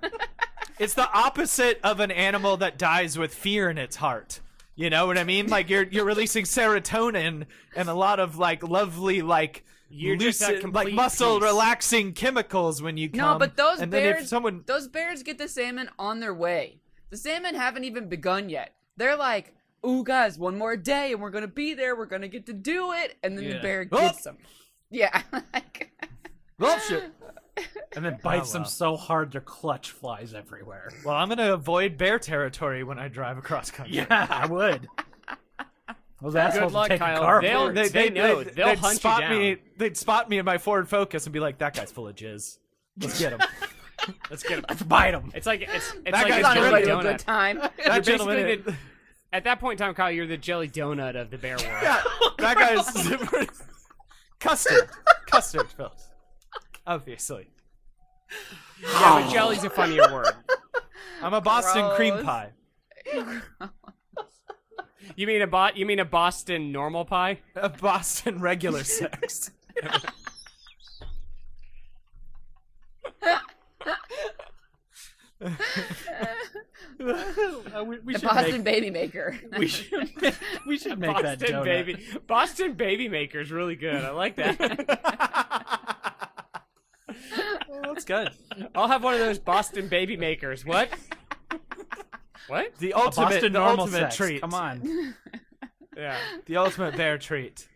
D: it's the opposite of an animal that dies with fear in its heart. You know what I mean? Like you're you're releasing serotonin and a lot of like lovely like
C: You're just at
D: lucid- like
C: complete
D: muscle
C: peace.
D: relaxing chemicals when you come.
B: no, but those
D: and then if
B: bears,
D: someone
B: those bears get the salmon on their way. The salmon haven't even begun yet. They're like, "Ooh, guys, one more day, and we're gonna be there. We're gonna get to do it." And then the
A: Yeah.
B: bear
D: Oh!
B: gets them. Yeah, like,
D: oh shit.
A: and then bites
D: Oh,
A: them
D: well.
A: so hard their clutch flies everywhere.
D: Well, I'm gonna avoid bear territory when I drive across country.
A: Yeah, I would. Those assholes
C: luck,
A: take
C: Kyle.
A: a car
C: They'll-
A: for it.
C: they- know. They'll
D: would
C: hunt you
D: spot
C: down.
D: me. They'd spot me in my Ford Focus and be like, "That guy's full of jizz. Let's get him."
C: Let's get.
A: Let's bite them.
C: It's like it's it's
D: That
C: like
D: guy's
C: a
B: not
D: Billy
B: everybody
C: jelly
B: have a good
C: donut.
B: time.
D: That
C: You're basically
D: gentleman.
C: the- At that point in time, Kyle, you're the jelly donut of the bear world.
D: yeah, that guy's custard. Custard filled. Obviously,
C: Yeah,
A: Oh.
C: but jelly's a funnier word.
D: I'm a Boston cream
B: Gross.
D: pie.
C: You mean a bot? You mean a Boston normal pie?
D: A Boston regular sex.
A: Uh, we, we
B: The
A: should
B: Boston
A: make,
B: baby maker.
A: we should make, we should make
C: Boston
A: that donut.
C: baby, Boston baby maker is really good. I like that.
D: That's good.
C: I'll have one of those Boston baby makers. What? What?
D: The
A: A
D: ultimate,
A: Boston
D: the
A: normal
D: ultimate
A: sex.
D: treat.
A: Come on.
C: Yeah.
D: the ultimate bear treat.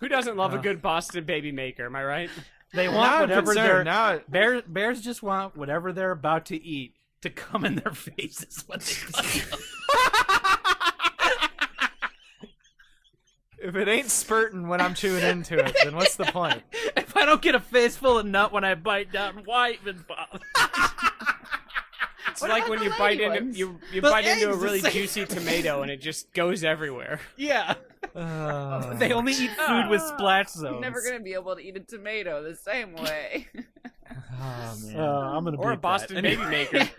C: Who doesn't love a good Boston baby maker? Am I right?
A: They
D: Now
A: want
D: I'm
A: whatever
D: concerned.
A: they're
D: Now,
A: bear, bears just want whatever they're about to eat to come in their faces when they touch 'em.
D: if it ain't spurting when I'm chewing into it, then what's the point?
A: If I don't get a face full of nut when I bite down, why even bother?
C: It's like when you
B: the
C: bite
B: lady
C: into
B: ones?
C: you, you
A: The
C: bite into a
A: eggs, the
C: really
A: same-
C: juicy tomato and it just goes everywhere.
A: Yeah.
D: Uh,
A: They only eat food with splash zones.
B: I'm never gonna be able to eat a tomato the same way.
D: oh, man.
A: uh, I'm gonna
C: Or a Boston baby maker.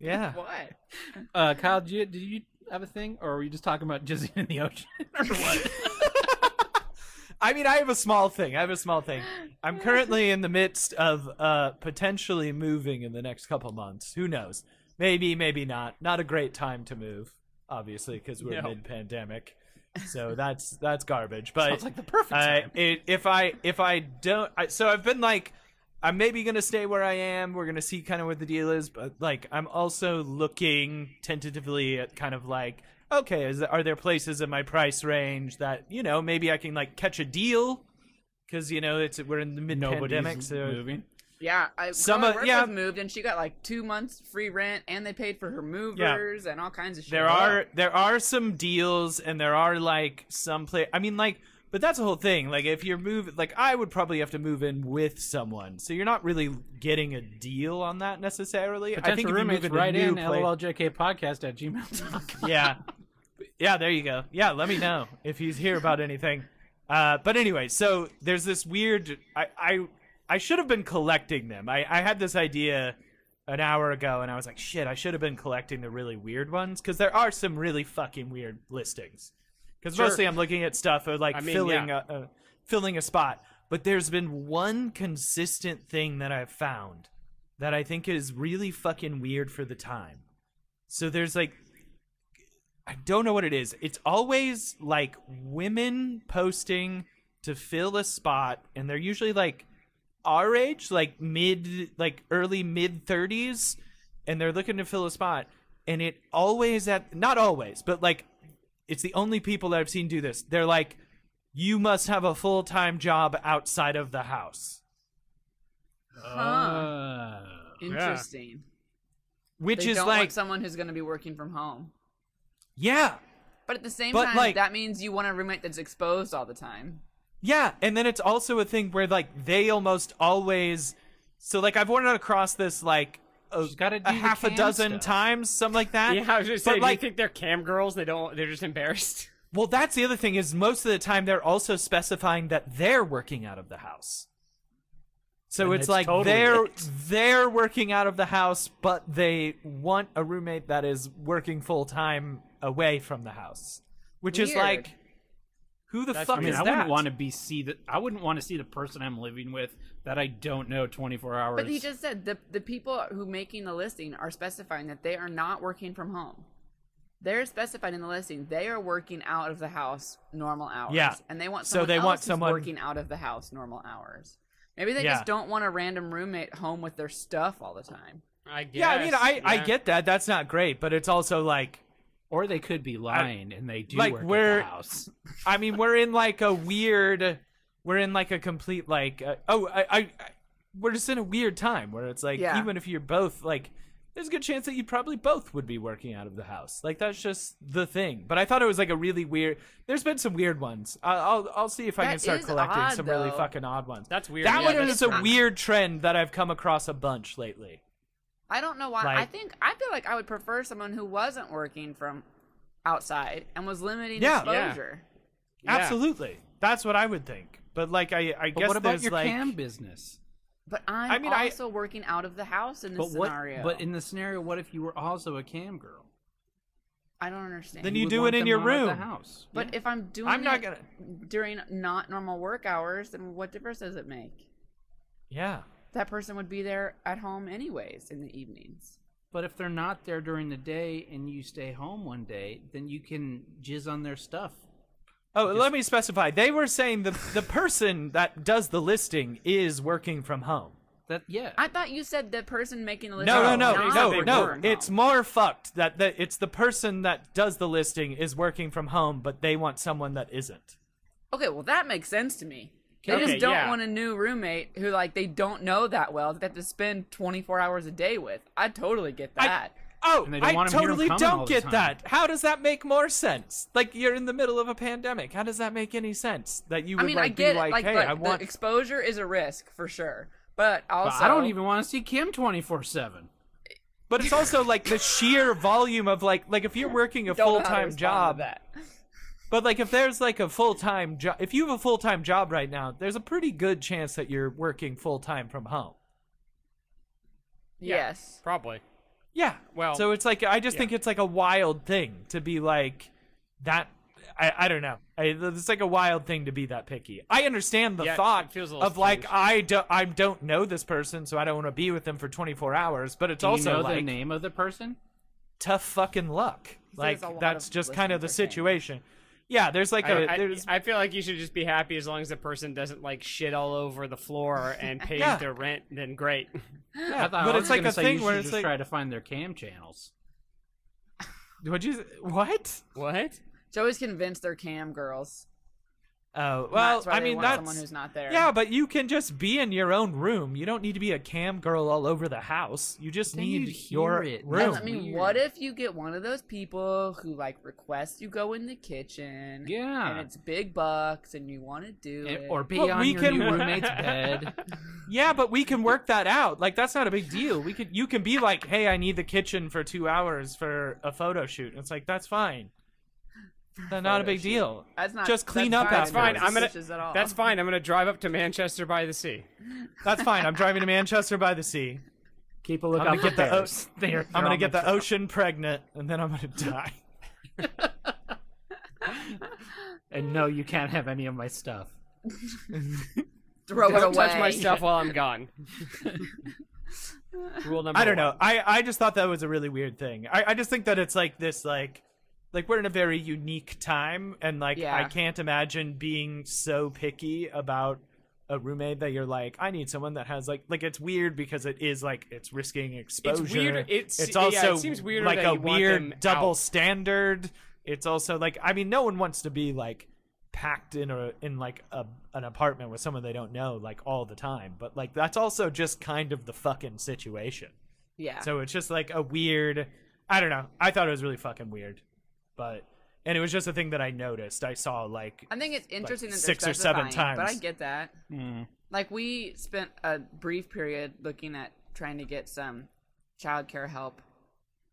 D: yeah.
B: what?
A: Uh, Kyle, did you, did you have a thing, or were you just talking about jizzing in the ocean, or what?
D: I mean, I have a small thing. I have a small thing. I'm currently in the midst of uh, potentially moving in the next couple months. Who knows? Maybe, maybe not. Not a great time to move, obviously, because we're
C: No.
D: mid-pandemic. So that's that's garbage. But
A: Sounds like the perfect
D: I-
A: time.
D: it, if I if I don't, I, so I've been like, I'm maybe gonna stay where I am. We're gonna see kind of what the deal is, but like I'm also looking tentatively at kind of like, okay, is are there places in my price range that you know maybe I can like catch a deal because you know it's we're in the mid pandemic,
A: Nobody's
D: so
A: moving.
B: Yeah, I,
D: Some
B: some
D: of-
B: of
D: yeah.
B: moved and she got like two months free rent, and they paid for her movers and all kinds of shit.
D: there are there are some deals and there are like some play. I mean like. But that's the whole thing. Like, if you're move, like I would probably have to move in with someone, so you're not really getting a deal on that necessarily. I think
A: Potential
D: if you move
A: roommates,
D: into
A: right
D: new
A: in
D: place-
A: loljk podcast at gmail.com.
D: yeah yeah there you go yeah let me know if he's here about anything uh but anyway so there's this weird i i i should have been collecting them i i had this idea an hour ago and i was like shit i should have been collecting the really weird ones because there are some really fucking weird listings because
C: Sure.
D: mostly i'm looking at stuff of like
C: I mean,
D: filling
C: yeah.
D: a, a filling a spot but there's been one consistent thing that i've found that i think is really fucking weird for the time so there's like I don't know what it is. It's always like women posting to fill a spot, and they're usually like our age, like mid, like early mid thirties, and they're looking to fill a spot. And it always at not always, but like it's the only people that I've seen do this. They're like, you must have a full time job outside of the house,
B: Huh.
A: Uh,
B: Interesting.
D: which
B: They
D: is
B: don't
D: like,
B: want someone who's going to be working from home.
D: yeah,
B: But at the same
D: But,
B: time,
D: like-
B: that means you want a roommate that's exposed all the time.
D: Yeah, and then it's also a thing where like they almost always so like I've run across this like a,
A: She's gotta do
D: a
A: the
D: half a
A: cam
D: dozen
A: stuff.
D: times, something like that.
C: Yeah, I was
D: But,
C: just saying.
D: like,
C: do you think they're cam girls? They don't. They're just embarrassed.
D: well, that's the other thing is most of the time they're also specifying that they're working out of the house. So
E: And
D: it's,
E: it's
D: like
E: totally
D: they're
E: it.
D: they're working out of the house, but they want a roommate that is working full time away from the house, which is
B: Weird.
D: like, who the
C: That's
D: fuck
A: I mean,
D: is
A: I
D: that?
A: wouldn't want to be see that. I wouldn't want to see the person I'm living with that I don't know 24 hours.
B: But he just said the the people who making the listing are specifying that they are not working from home. They're specified in the listing they are working out of the house normal hours.
D: Yeah.
B: and they want
D: So
B: someone
D: they want
B: else who's
D: someone-
B: working out of the house normal hours. Maybe they
D: Yeah.
B: just don't want a random roommate home with their stuff all the time.
C: I guess.
D: yeah, I mean, I, I
C: yeah.
D: get that. That's not great, but it's also like
A: or they could be lying and they do
D: like,
A: work
D: we're-
A: at the house.
D: I mean, we're in like a weird, we're in like a complete like uh, oh I, I I we're just in a weird time where it's like
B: Yeah.
D: even if you're both like there's a good chance that you probably both would be working out of the house. Like that's just the thing. But I thought it was like a really weird. There's been some weird ones. I, I'll I'll see if I
B: That
D: can start
B: is
D: collecting
B: odd,
D: some really
B: though.
D: fucking odd ones.
C: That's weird.
D: That
C: yeah,
D: one
C: that's-
D: is a weird trend that I've come across a bunch lately.
B: I don't know why. I
D: Like-
B: think I feel like I would prefer someone who wasn't working from outside and was limiting
D: Yeah.
C: Yeah.
B: exposure.
C: Yeah.
D: Absolutely, that's what I would think. But like I I
A: But
D: guess
A: what about
D: there's,
A: your
D: like,
A: cam business?
B: But I'm
D: I mean, I-
B: also working out of the house in
A: But
B: this
A: what?
B: scenario.
A: But in the scenario, what if you were also a cam girl?
B: I don't understand.
D: Then you
A: would
D: do it
A: want
D: in
A: them
D: your
A: out of The
D: room.
A: house.
B: But if I'm doing
D: I'm not
B: it
D: gonna-
B: during not normal work hours, then what difference does it make?
D: Yeah.
B: That person would be there at home anyways in the evenings.
A: But if they're not there during the day and you stay home one day, then you can jizz on their stuff.
D: Oh, let me specify. They were saying the the person that does the listing is working from home.
A: That yeah.
B: I thought you said the person making the list.
D: No, no,
B: is
D: no,
B: not
D: no,
B: working
D: no.
B: from
D: It's
B: home.
D: more fucked that that it's the person that does the listing is working from home, but they want someone that isn't.
B: okay. Well, that makes sense to me. They
C: Okay,
B: just don't
C: yeah.
B: want a new roommate who like they don't know that well that they have to spend 24 hours a day with. I totally get
D: I-
B: that.
D: Oh,
A: And they don't
D: I
A: want 'em here
D: totally
A: coming all
D: don't
A: the
D: get
A: time.
D: that. How does that make more sense? Like you're in the middle of a pandemic. How does that make any sense? That you
B: I,
D: would
B: mean,
D: like
B: I get
D: be
B: it.
D: like,
B: Like,
D: hey,
B: like,
D: I want
B: the exposure is a risk for sure, but also
A: But I don't even want to see Kim twenty four seven.
D: But it's also like the sheer volume of like like if you're working a
B: don't know how
D: full
B: to
D: time
B: respond to
D: job
B: That
D: But like, if there's like a full time job, if you have a full time job right now, there's a pretty good chance that you're working full time from home.
C: Yeah.
B: yes.
C: Probably.
D: Yeah.
C: Well,
D: so it's like I just think it's like a wild thing to be like that. I, I don't know. I, it's like a wild thing to be that picky. I understand the
C: Yeah, it
D: thought
C: feels a little
D: of like
C: strange.
D: I do, I don't know this person, so I don't want to be with them for 24 hours. But it's
A: Do you
D: also
A: know the
D: like
A: name of the person?
D: tough fucking luck. Like
B: a lot
D: that's
B: of
D: just kind of the
B: listeners are saying-
D: situation. Yeah, there's like a
C: I, I-
D: there's
C: I feel like you should just be happy as long as the person doesn't like shit all over the floor and pays
D: Yeah.
C: their rent. Then great.
D: yeah,
A: I thought I
D: but
A: was
D: it's like
A: gonna
D: a
A: say
D: thing
A: you
D: where
A: should
D: it's
A: just
D: like
A: try to find their cam channels.
D: would you what?
C: What?
B: Joey's convinced they're cam girls.
D: Oh
B: and
D: well,
B: that's why
D: I
B: they
D: mean
B: want
D: that's
B: someone who's not there.
D: yeah, but you can just be in your own room. You don't need to be a cam girl all over the house. You just
A: Then
D: need
A: you'd hear
D: your
A: it.
D: room.
B: I mean,
A: Weird.
B: what if you get one of those people who like requests you go in the kitchen? And
A: Yeah,
B: it's big bucks, and you want to do
A: And-
B: it.
A: or be
D: Well,
A: on
D: we
A: your
D: can-
A: new roommate's bed.
D: Yeah, but we can work that out. Like that's not a big deal. We could you can be like, "Hey, I need the kitchen for 2 hours for a photo shoot." And it's like, "That's fine." That's not a big deal.
B: that's not
D: just clean
B: that's
D: up
B: not
D: after.
B: in
C: Fine,
B: those
C: I'm gonna-
B: dishes At all.
C: That's fine. I'm gonna drive up to Manchester by the sea.
D: That's fine. I'm driving to Manchester by the sea.
A: Keep a
D: I'm
A: lookout
D: going
A: for
D: to get the o-
A: bears.
D: I'm
A: on
D: going
A: my
D: to get the
A: trail.
D: ocean pregnant and then I'm going to die.
A: And no, you can't have any of my stuff.
B: Throw it
C: Don't
B: away.
C: touch my stuff while I'm gone. Rule number.
D: I don't know.
C: one.
D: I, I just thought that was a really weird thing. I, I just think that it's like this like like we're in a very unique time and like I
B: Yeah.
D: can't imagine being so picky about a roommate that you're like, I need someone that has like like it's weird because it is like it's risking exposure.
C: weird- it's-
D: it's
C: yeah, it
D: also
C: seems weirder
D: like
C: that
D: a
C: you want
D: weird
C: them
D: double
C: out.
D: standard. It's also like I mean no one wants to be like packed in a in like a an apartment with someone they don't know like all the time. But like that's also just kind of the fucking situation.
B: Yeah.
D: So it's just like a weird. I don't know. I thought it was really fucking weird, but and it was just a thing that I noticed. I saw like
B: I think it's interesting that they're
D: six or seven
B: specifying, but I
D: times.
B: get that.
A: Hmm.
B: Like we spent a brief period looking at trying to get some childcare help.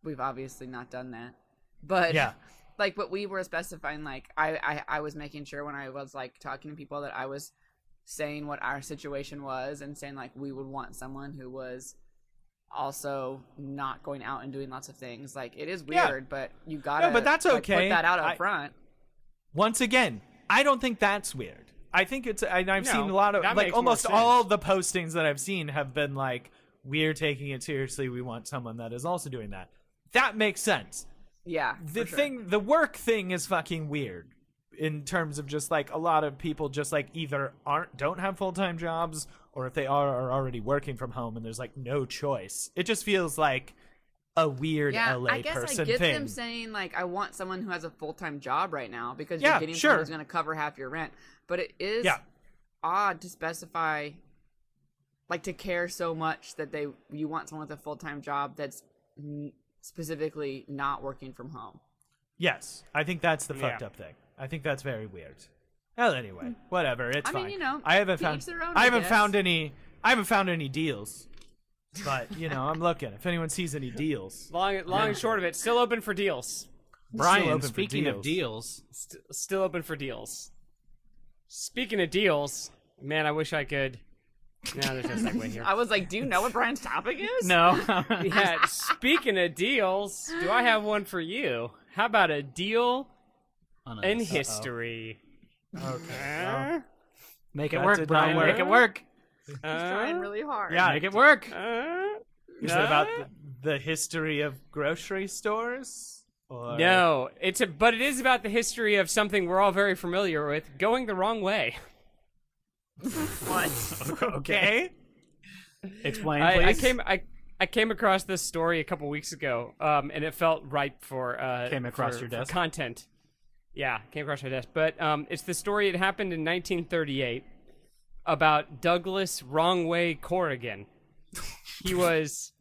B: We've obviously not done that, but
D: yeah,
B: like what we were specifying, like I, I I was making sure when I was like talking to people that I was saying what our situation was and saying like we would want someone who was also not going out and doing lots of things. Like it is
D: Yeah.
B: weird, but you gotta.
D: but that's
B: like,
D: okay.
B: put that out up
D: I-
B: front.
D: once again, I don't think that's weird. I think it's and I've
C: No,
D: seen a lot of
C: that
D: like
C: makes more
D: almost
C: sense.
D: all the postings that I've seen have been like we're taking it seriously. We want someone that is also doing that. That makes sense.
B: Yeah.
D: the
B: for sure.
D: thing the work thing is fucking weird in terms of just like a lot of people just like either aren't don't have full-time jobs or if they are are already working from home and there's like no choice it just feels like a weird la
B: I guess
D: person
B: I get
D: thing
B: them saying like I want someone who has a full time job right now because
D: Yeah,
B: you're getting someone
D: sure.
B: who's going to cover half your rent. But it is
D: Yeah.
B: odd to specify, like to care so much that they you want someone with a full time job that's n- specifically not working from home.
D: yes i think that's the
C: Yeah.
D: fucked up thing i think that's very weird well anyway whatever it's
B: Hmm. I mean,
D: fine
B: you know,
D: i haven't
B: to
D: found
B: each their own,
D: i
B: I
D: haven't
B: guess.
D: found any i haven't found any deals but you know i'm looking if anyone sees any deals
C: Long, long and short of it, still open for deals.
D: open
A: Brian,
D: for
A: speaking of deals,
C: St- still open for deals. Speaking of deals, man, I wish I could. No, there's no segue here.
B: I was like, do you know what Brian's topic is?
A: no,
C: yeah, speaking of deals, do I have one for you? How about a deal
A: On a-
C: in history? Uh-huh. Okay.
A: make it
D: That
A: work,
D: did not
A: Brian.
D: work.
A: Make it work.
B: Trying really hard.
D: yeah
A: Make it work.
C: Uh-huh.
D: Is it about the, the history of grocery stores? Or...
C: No, it's a, but it is about the history of something we're all very familiar with: going the wrong way.
D: Okay.
A: Explain,
C: I,
A: please.
C: I came, I, I came across this story a couple weeks ago, um, and it felt ripe for uh,
A: Came across
C: for-
A: your
C: for
A: desk?
C: content. Yeah, came across my desk. But um, it's the story. It happened in 1938 about Douglas Wrong Way Corrigan. He was.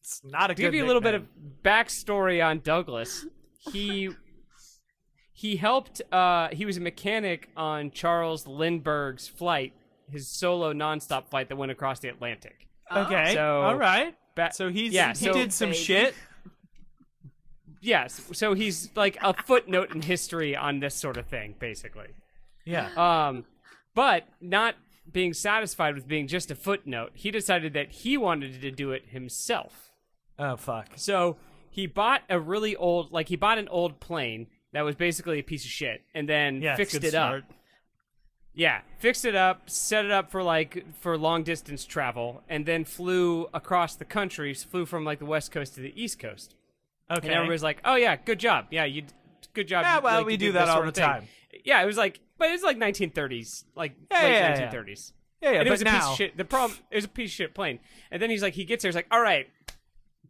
D: It's not a
C: to give
D: good
C: you a little bit of
D: nickname.
C: backstory on Douglas, he he helped. Uh, he was a mechanic on Charles Lindbergh's flight, his solo nonstop flight that went across the Atlantic.
B: Oh,
D: Okay.
C: So-
D: Oh. All right.
C: Ba-
D: So he's
C: yeah,
D: he
C: so-
D: did some
B: Baby.
D: shit.
C: Yes, so he's like a footnote in history on this sort of thing, basically.
D: Yeah.
C: Um, but not being satisfied with being just a footnote, he decided that he wanted to do it himself.
D: oh fuck.
C: So he bought a really old, like he bought an old plane that was basically a piece of shit, and then
D: Yeah, it's
C: fixed
D: good
C: it
D: start.
C: up. Yeah, fixed it up, set it up for like for long distance travel, and then flew across the country. Flew from like the west coast to the east coast,
D: Okay.
C: and everybody's like, "Oh yeah, good job. Yeah, you, d- good job.
D: Yeah,
C: you-
D: well,
C: like,
D: we
C: you
D: do
C: did
D: that
C: this
D: all
C: sort of
D: the
C: thing."
D: time.
C: Yeah, it was like, but it's like 1930s, like
D: Yeah,
C: late
D: yeah, yeah.
C: 1930s.
D: yeah, yeah,
C: And it
D: but
C: was a
D: now,
C: piece of shit. The problem it was a piece of shit plane. And then he's like, he gets there, he's like, all right,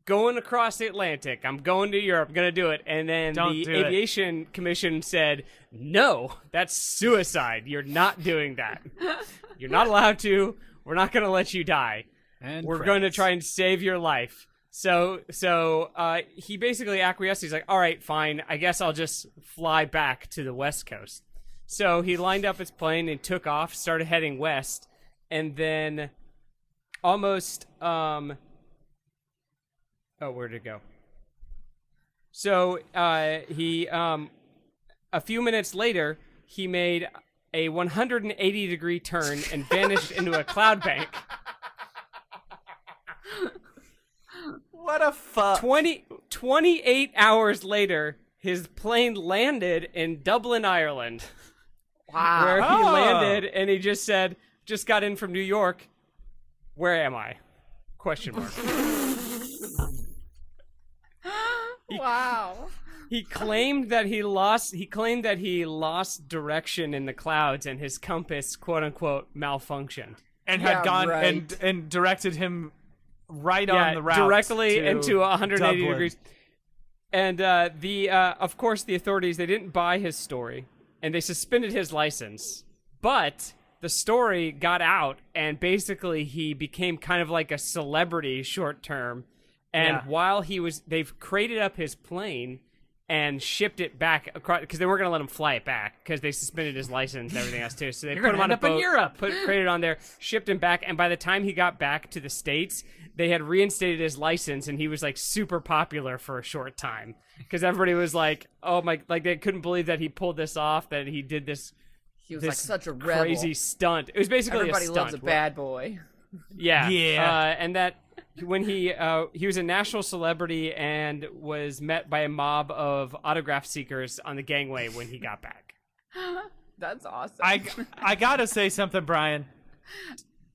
C: going across the Atlantic. I'm going to Europe. gonna do it. And then
D: Don't
C: the
D: do it.
C: aviation commission said, no, that's suicide. You're not doing that. You're not allowed to. We're not gonna let you die.
A: And
C: We're
A: credits.
C: going to try and save your life. So, so uh, he basically acquiesced. He's like, "All right, fine. I guess I'll just fly back to the West Coast." So he lined up his plane and took off, started heading west, and then almost um, oh, where'd it go? So uh, he um, a few minutes later, he made a 180 degree turn and vanished into a cloud bank.
D: what a fuck.
C: 20, 28 hours later, his plane landed in Dublin, Ireland, where
B: Wow.
C: he
D: Oh.
C: landed and he just said, "Just got in from New York. Where am I?" Question mark.
B: Wow.
C: he claimed that he lost. He claimed that he lost direction in the clouds and his compass, quote unquote, malfunctioned.
D: and
B: Yeah,
D: had gone
B: right.
D: and and directed him right on the route
C: directly
D: to
C: into 180
D: Dublin.
C: degrees. And uh, the uh, of course the authorities they didn't buy his story and they suspended his license. But the story got out and basically he became kind of like a celebrity short term. And
D: Yeah.
C: while he was they've crated up his plane and shipped it back across because they weren't going to let him fly it back because they suspended his license and everything else too. So they put
A: gonna
C: him on
A: end
C: a
A: up in
C: boat,
A: Europe.
C: put crated on there, shipped him back, and by the time he got back to the states, they had reinstated his license, and he was like super popular for a short time because everybody was like, "Oh my!" Like they couldn't believe that he pulled this off, that he did this
B: He was
C: this
B: like such a rebel.
C: crazy stunt. It was basically
B: Everybody
C: a stunt.
B: loves a bad boy.
C: Yeah.
D: Yeah.
C: Uh, and that when he uh, he was a national celebrity and was met by a mob of autograph seekers on the gangway when he got back.
B: That's awesome.
D: I I gotta say something, Brian.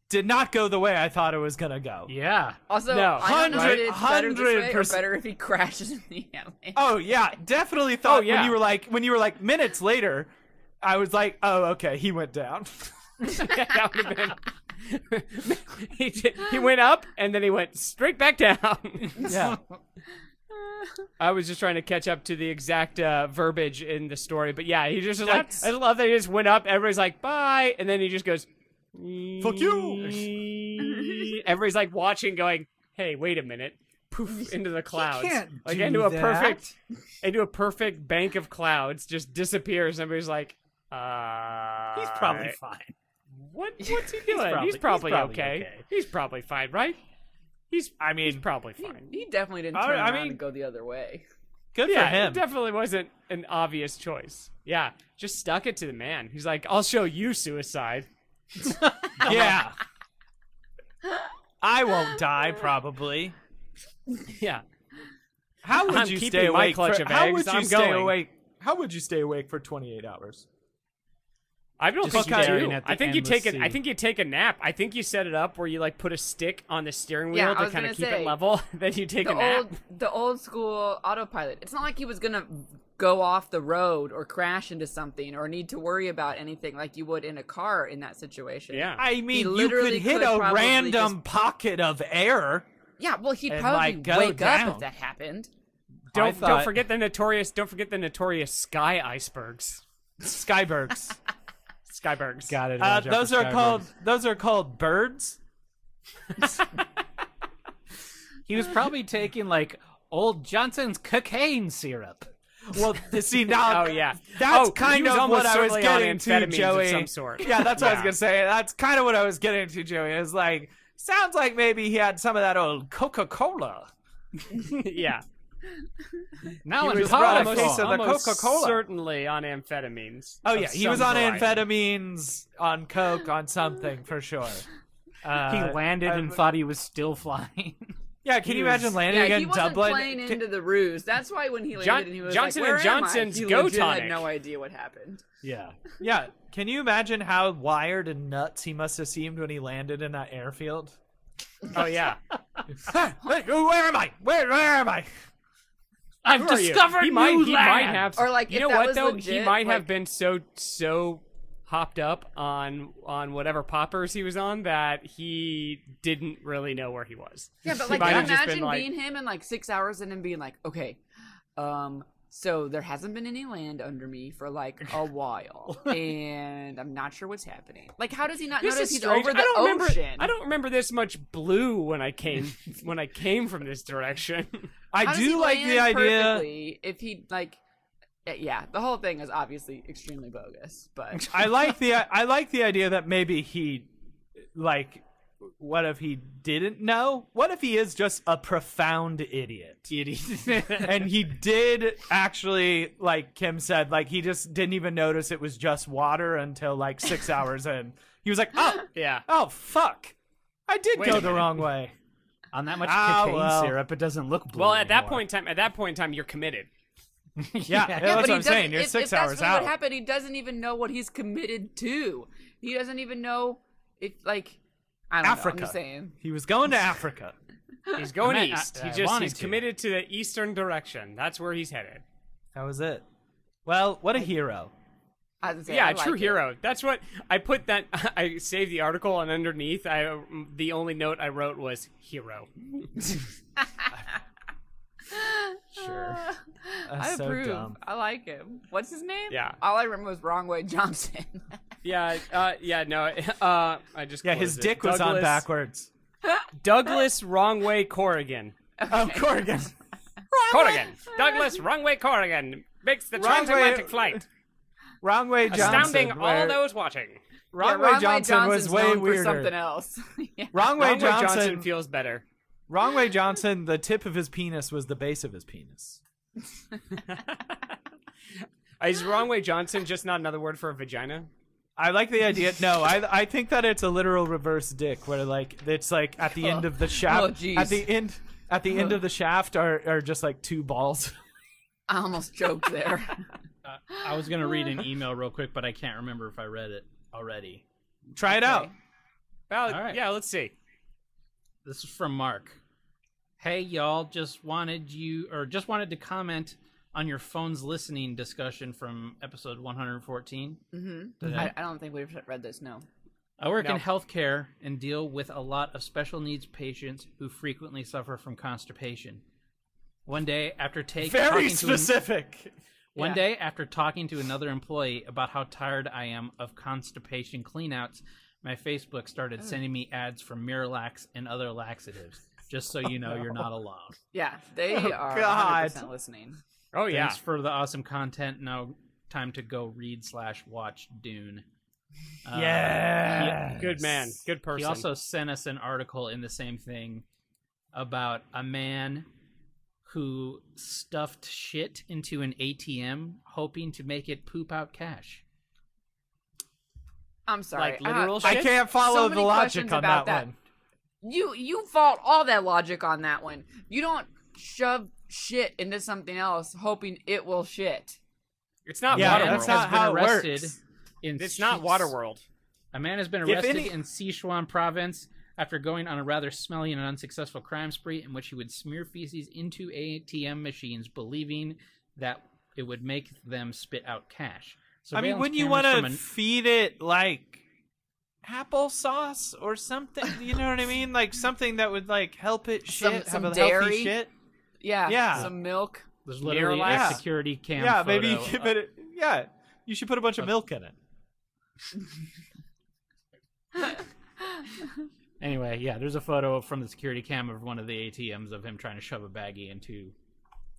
D: Did not go the way I thought it was gonna go.
A: Yeah.
B: also,
C: no,
B: I don't know if it's better this way or
D: 100%
B: better if he crashes in the alley.
D: Oh yeah, definitely thought
C: Oh, yeah.
D: when you were like when you were like minutes later, I was like, oh okay, he went down.
C: that would have been. he, did, he went up and then he went straight back down.
D: yeah,
C: I was just trying to catch up to the exact uh, verbiage in the story, but yeah, he just was
D: That's-
C: like, I just love that he just went up. Everybody's like, bye, and then he just goes,
D: Fuck you.
C: Everybody's like watching, going, "Hey, wait a minute!" Poof into the clouds,
D: can't
C: like
D: do
C: into a
D: that.
C: perfect, into a perfect bank of clouds, just disappears. Everybody's like, "Uh,
A: He's probably fine.
C: what? What's he doing? he's, probably,
A: probably- he's probably
C: okay.
A: okay.
C: He's probably fine, right? He's
D: I
C: he's
D: mean,
C: probably
B: He,
C: fine.
B: he definitely didn't
D: I-
B: turn
D: I
B: around
D: mean-
B: and go the other way.
D: good
C: yeah,
D: for him.
C: it definitely wasn't an obvious choice. Yeah, just stuck it to the man. He's like, "I'll show you suicide."
D: yeah, I won't die probably.
C: Yeah,
D: How would
C: I'm
D: you
C: keeping
D: stay
C: my
D: awake?
C: clutch
D: for,
C: of
D: how
C: eggs.
D: would you
C: I'm
D: stay
C: going.
D: awake? How would you stay awake for 28 hours?
C: I don't
A: Just
C: think you
D: staring
C: do.
A: at the
C: I think you
A: endless
C: take a, I
A: sea.
C: think you take a nap. I think you set it up where you like put a stick on the steering wheel
B: Yeah, I
C: to
B: was
C: kind of
B: gonna
C: keep
B: say,
C: it level. then you take a
B: the
C: nap.
B: old the old school autopilot. It's not like he was gonna go off the road or crash into something or need to worry about anything like you would in a car in that situation.
C: yeah,
D: I mean, you could
B: literally
D: hit
B: could
D: a
B: probably
D: random pocket of air.
B: Yeah, well he'd
D: And,
B: probably
D: like, go
B: wake up
D: down.
B: if that happened.
D: I
C: don't don't
D: thought-
C: forget the notorious don't forget the notorious sky icebergs.
D: Skybergs.
C: Skybergs.
A: Got it.
D: Uh, those are called those are called birds.
A: He was probably taking like old Johnson's cocaine syrup.
D: Well, see now,
C: Oh yeah,
D: that's
C: Oh, he
D: kind
C: was
D: of
C: almost
D: what I was
C: certainly on
D: getting to,
C: amphetamines of
D: Joey.
C: some sort.
D: Yeah, that's what I was
C: Yeah.
D: gonna say. That's kind of what I was getting to, Joey. It was like, sounds like maybe he had some of that old Coca Cola.
C: yeah.
A: Now
C: He
A: in
C: was
D: Colorado.
A: Colorado.
C: almost,
D: Case of the
C: almost
D: Coca-Cola.
C: certainly on amphetamines.
D: Oh
C: of
D: yeah, he
C: some
D: was on
C: variety.
D: amphetamines, on coke, on something for sure.
A: He
D: Uh,
A: landed
D: I-
A: and thought he was still flying.
D: Yeah, can
C: He
D: you
C: was-
D: imagine landing
B: Yeah,
D: again
B: he wasn't
D: Dublin?
B: playing
D: Ca-
B: into the ruse. That's why when he landed,
C: John-
B: and he was
C: Johnson
B: like,
C: and
B: "Where am I?"
C: Johnson's
B: he
C: Go
B: legit
C: Tonic.
B: had no idea what happened.
A: Yeah.
D: yeah, can you imagine how wired and nuts he must have seemed when he landed in that airfield?
C: Oh yeah,
D: Ah, like, oh, where am I? Where, where am I?
A: I've
C: Who are you?
A: discovered
C: he
A: new
C: might, he might
A: land.
C: have,
B: Or, like,
C: you
B: if
C: know
B: that
C: what
B: was
C: though, he
B: legit,
C: might have
B: like-
C: been so so hopped up on on whatever poppers he was on that he didn't really know where he was.
B: Yeah, but
C: He
B: like,
C: might have just
B: imagine
C: been, like-
B: being him in like six hours and then being like, okay, um, so there hasn't been any land under me for like a while, and I'm not sure what's happening. Like, how does he not
C: This
B: notice
C: is
B: he's
C: strange.
B: over the
C: I don't remember.
B: ocean?
C: I don't remember this much blue when I came when I came from this direction.
D: I
B: How does he
D: do like the
B: land
D: idea.
B: perfectly If he like, uh, yeah, the whole thing is obviously extremely bogus, but
D: I like the I like the idea that maybe he, like, what if he didn't know? What if he is just a profound idiot? and he did actually, like Kim said, like he just didn't even notice it was just water until like six hours in. He was like, oh,
C: yeah.
D: oh, fuck, I did
C: Wait
D: go
C: a
D: the
C: minute.
D: wrong way.
A: On that much
D: Ah,
A: cocaine
D: well.
A: syrup, it doesn't look blue.
C: Well, at that
A: anymore.
C: point in time, at that point in time, you're committed.
D: Yeah,
B: Yeah,
D: that's
B: but
D: what
B: he
D: I'm saying.
B: doesn't-
D: You're
B: if,
D: six
B: if
D: hours
B: that's really
D: out.
B: What happened? He doesn't even know what he's committed to. He doesn't even know if like I don't know. I'm
D: Africa.
B: just saying.
D: He was going to Africa.
C: He's going
A: meant,
C: east.
A: uh,
C: he
A: uh,
C: just
A: wanted
C: he's
A: to.
C: committed to the eastern direction. That's where he's headed.
D: That was it. Well, what a hero.
B: I was gonna say,
C: Yeah,
B: I
C: a true
B: like it.
C: hero. That's what I put that. I saved the article, and underneath, I mm, the only note I wrote was hero.
B: Ah.
A: sure.
D: That's
B: I
D: so
B: approve.
D: dumb.
B: I like him. What's his name?
C: Yeah.
B: All I remember was Wrong Way Johnson.
C: Yeah, uh, yeah, no, uh, I just
D: Yeah, his
C: closed it.
D: dick was on
C: Douglas-
D: backwards.
C: Douglas wrong way Corrigan.
D: Oh, Corrigan.
C: Corrigan. Douglas wrong way Corrigan makes the
D: Wrong way-
C: transatlantic flight.
D: Wrong way Johnson.
C: Astounding all
D: where-
C: those watching.
D: Wrong,
B: Yeah,
D: way,
B: Wrong
D: Johnson was
B: Johnson's
D: way
B: known for
D: weirder.
B: something else. yeah.
D: Wrong way
C: wrong way
D: Johnson.
C: Johnson feels better.
D: wrong way Johnson. The tip of his penis was the base of his penis.
C: Uh, Is wrong way Johnson just not another word for a vagina?
D: I like the idea. No, I I think that it's a literal reverse dick, where like it's like at the end of the shaft.
B: jeez.
D: at the end, at the end of the shaft are are just like two balls.
B: I almost joked there.
A: I was gonna read an email real quick, but I can't remember if I read it already.
D: Try it out.
C: Well,
A: All right.
C: yeah, let's see.
A: This is from Mark. Hey y'all, just wanted you or just wanted to comment on your phone's listening discussion from episode 114.
B: hmm
A: Did
B: I, I don't think we've read this. No.
A: I work
C: No.
A: in healthcare and deal with a lot of special needs patients who frequently suffer from constipation. One day after take
D: Very
A: talking to an-
D: specific.
A: One
B: Yeah.
A: day, after talking to another employee about how tired I am of constipation cleanouts, my Facebook started sending me ads for Miralax and other laxatives. Just so you know, you're not alone.
B: Yeah, they are
D: Oh, God.
B: 100% listening.
C: Oh yeah.
A: Thanks for the awesome content. Now, time to go read slash watch Dune. Uh,
D: yeah.
C: Good man. Good person.
A: He also sent us an article in the same thing about a man who stuffed shit into an ATM, hoping to make it poop out cash.
B: I'm sorry.
C: like
B: I-
C: literal
D: I
C: shit?
D: can't follow
B: So
D: the
B: many
D: logic
B: questions
D: on
B: about
D: that,
B: that.
D: one.
B: you you fault all that logic on that one. You don't shove shit into something else hoping it will shit.
C: It's not
D: Yeah,
C: Waterworld.
D: that's not
A: has been
D: how it
A: arrested
D: works.
A: in
C: It's not Waterworld.
A: A man has been
D: If
A: arrested
D: any-
A: in Sichuan province after going on a rather smelly and unsuccessful crime spree in which he would smear feces into ATM machines, believing that it would make them spit out cash.
D: I mean,
A: Surveillance
D: wouldn't you want
A: cameras
D: to
A: from an-
D: feed it like applesauce or something? You know what I mean? Like something that would like help it shit,
B: Some-
D: have
B: some
D: a
B: dairy?
D: healthy shit.
B: Yeah.
D: Yeah.
B: Some milk.
A: There's literally a
D: Yeah.
A: security cam.
D: yeah, maybe you
A: photo
D: could
A: of-
D: put it. Yeah, you should put a bunch of milk in it.
A: Anyway, yeah, there's a photo from the security cam of one of the ATMs of him trying to shove a baggie into.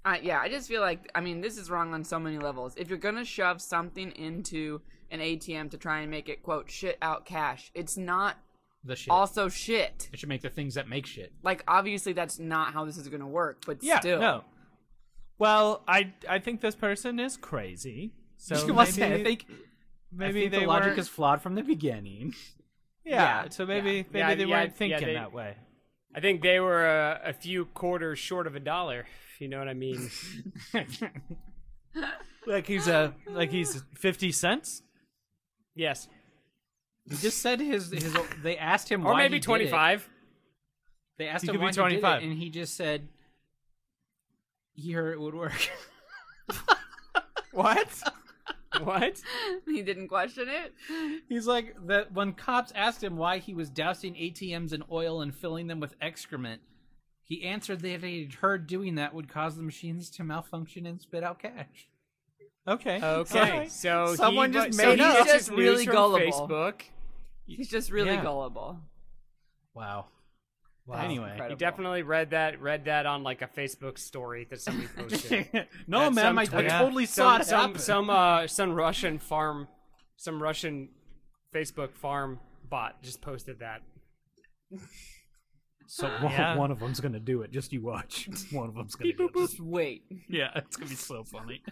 B: Uh, yeah, I just feel like I mean this is wrong on so many levels. If you're gonna shove something into an ATM to try and make it quote shit out cash, it's not
A: The shit.
B: also shit.
A: It should make the things that make shit.
B: Like obviously that's not how this is gonna work, but
D: Yeah,
B: still.
D: no. Well, I I think this person is crazy. So
A: You
D: maybe,
A: must say, I think, I
D: maybe
A: think
D: they
A: the logic
D: weren't-
A: is flawed from the beginning.
D: yeah,
B: Yeah,
D: So maybe maybe
C: Yeah,
D: they
C: yeah,
D: weren't
C: yeah,
D: thinking
C: they-
D: that way.
C: I think they were uh, a few quarters short of a dollar. If you know what I mean.
D: Like he's a like he's fifty cents.
C: yes,
A: He just said his his. They asked him
C: or
A: why
C: maybe
A: he did it.
C: twenty-five.
A: They asked
D: He
A: him
D: could be
A: why he did it,
D: 25.
A: and he just said, "Here it would work."
D: What?
C: What?
B: He didn't question it.
A: He's like that when cops asked him why he was dousing ATMs in oil and filling them with excrement. He answered that he'd heard doing that would cause the machines to malfunction and spit out cash.
D: Okay.
C: Okay, so
A: Someone
C: he,
A: just
C: was-
A: made
C: so he
A: it up.
C: gets
B: He's just
C: his
B: really
C: news from
B: gullible.
C: Facebook.
B: He's just really
D: Yeah.
B: gullible.
A: Wow.
D: Wow.
A: Anyway,
B: incredible.
C: He definitely read that read that on like a Facebook story that somebody posted.
A: no
C: That's
A: man,
C: some
A: I, I
C: tweet.
A: totally saw
C: some
A: it
C: some
A: happen.
C: some uh some Russian farm some Russian Facebook farm bot just posted that.
A: So one,
D: Yeah.
A: one of them's gonna do it. Just you watch. One of them's gonna do it.
B: Just wait.
A: Yeah, it's gonna be so funny.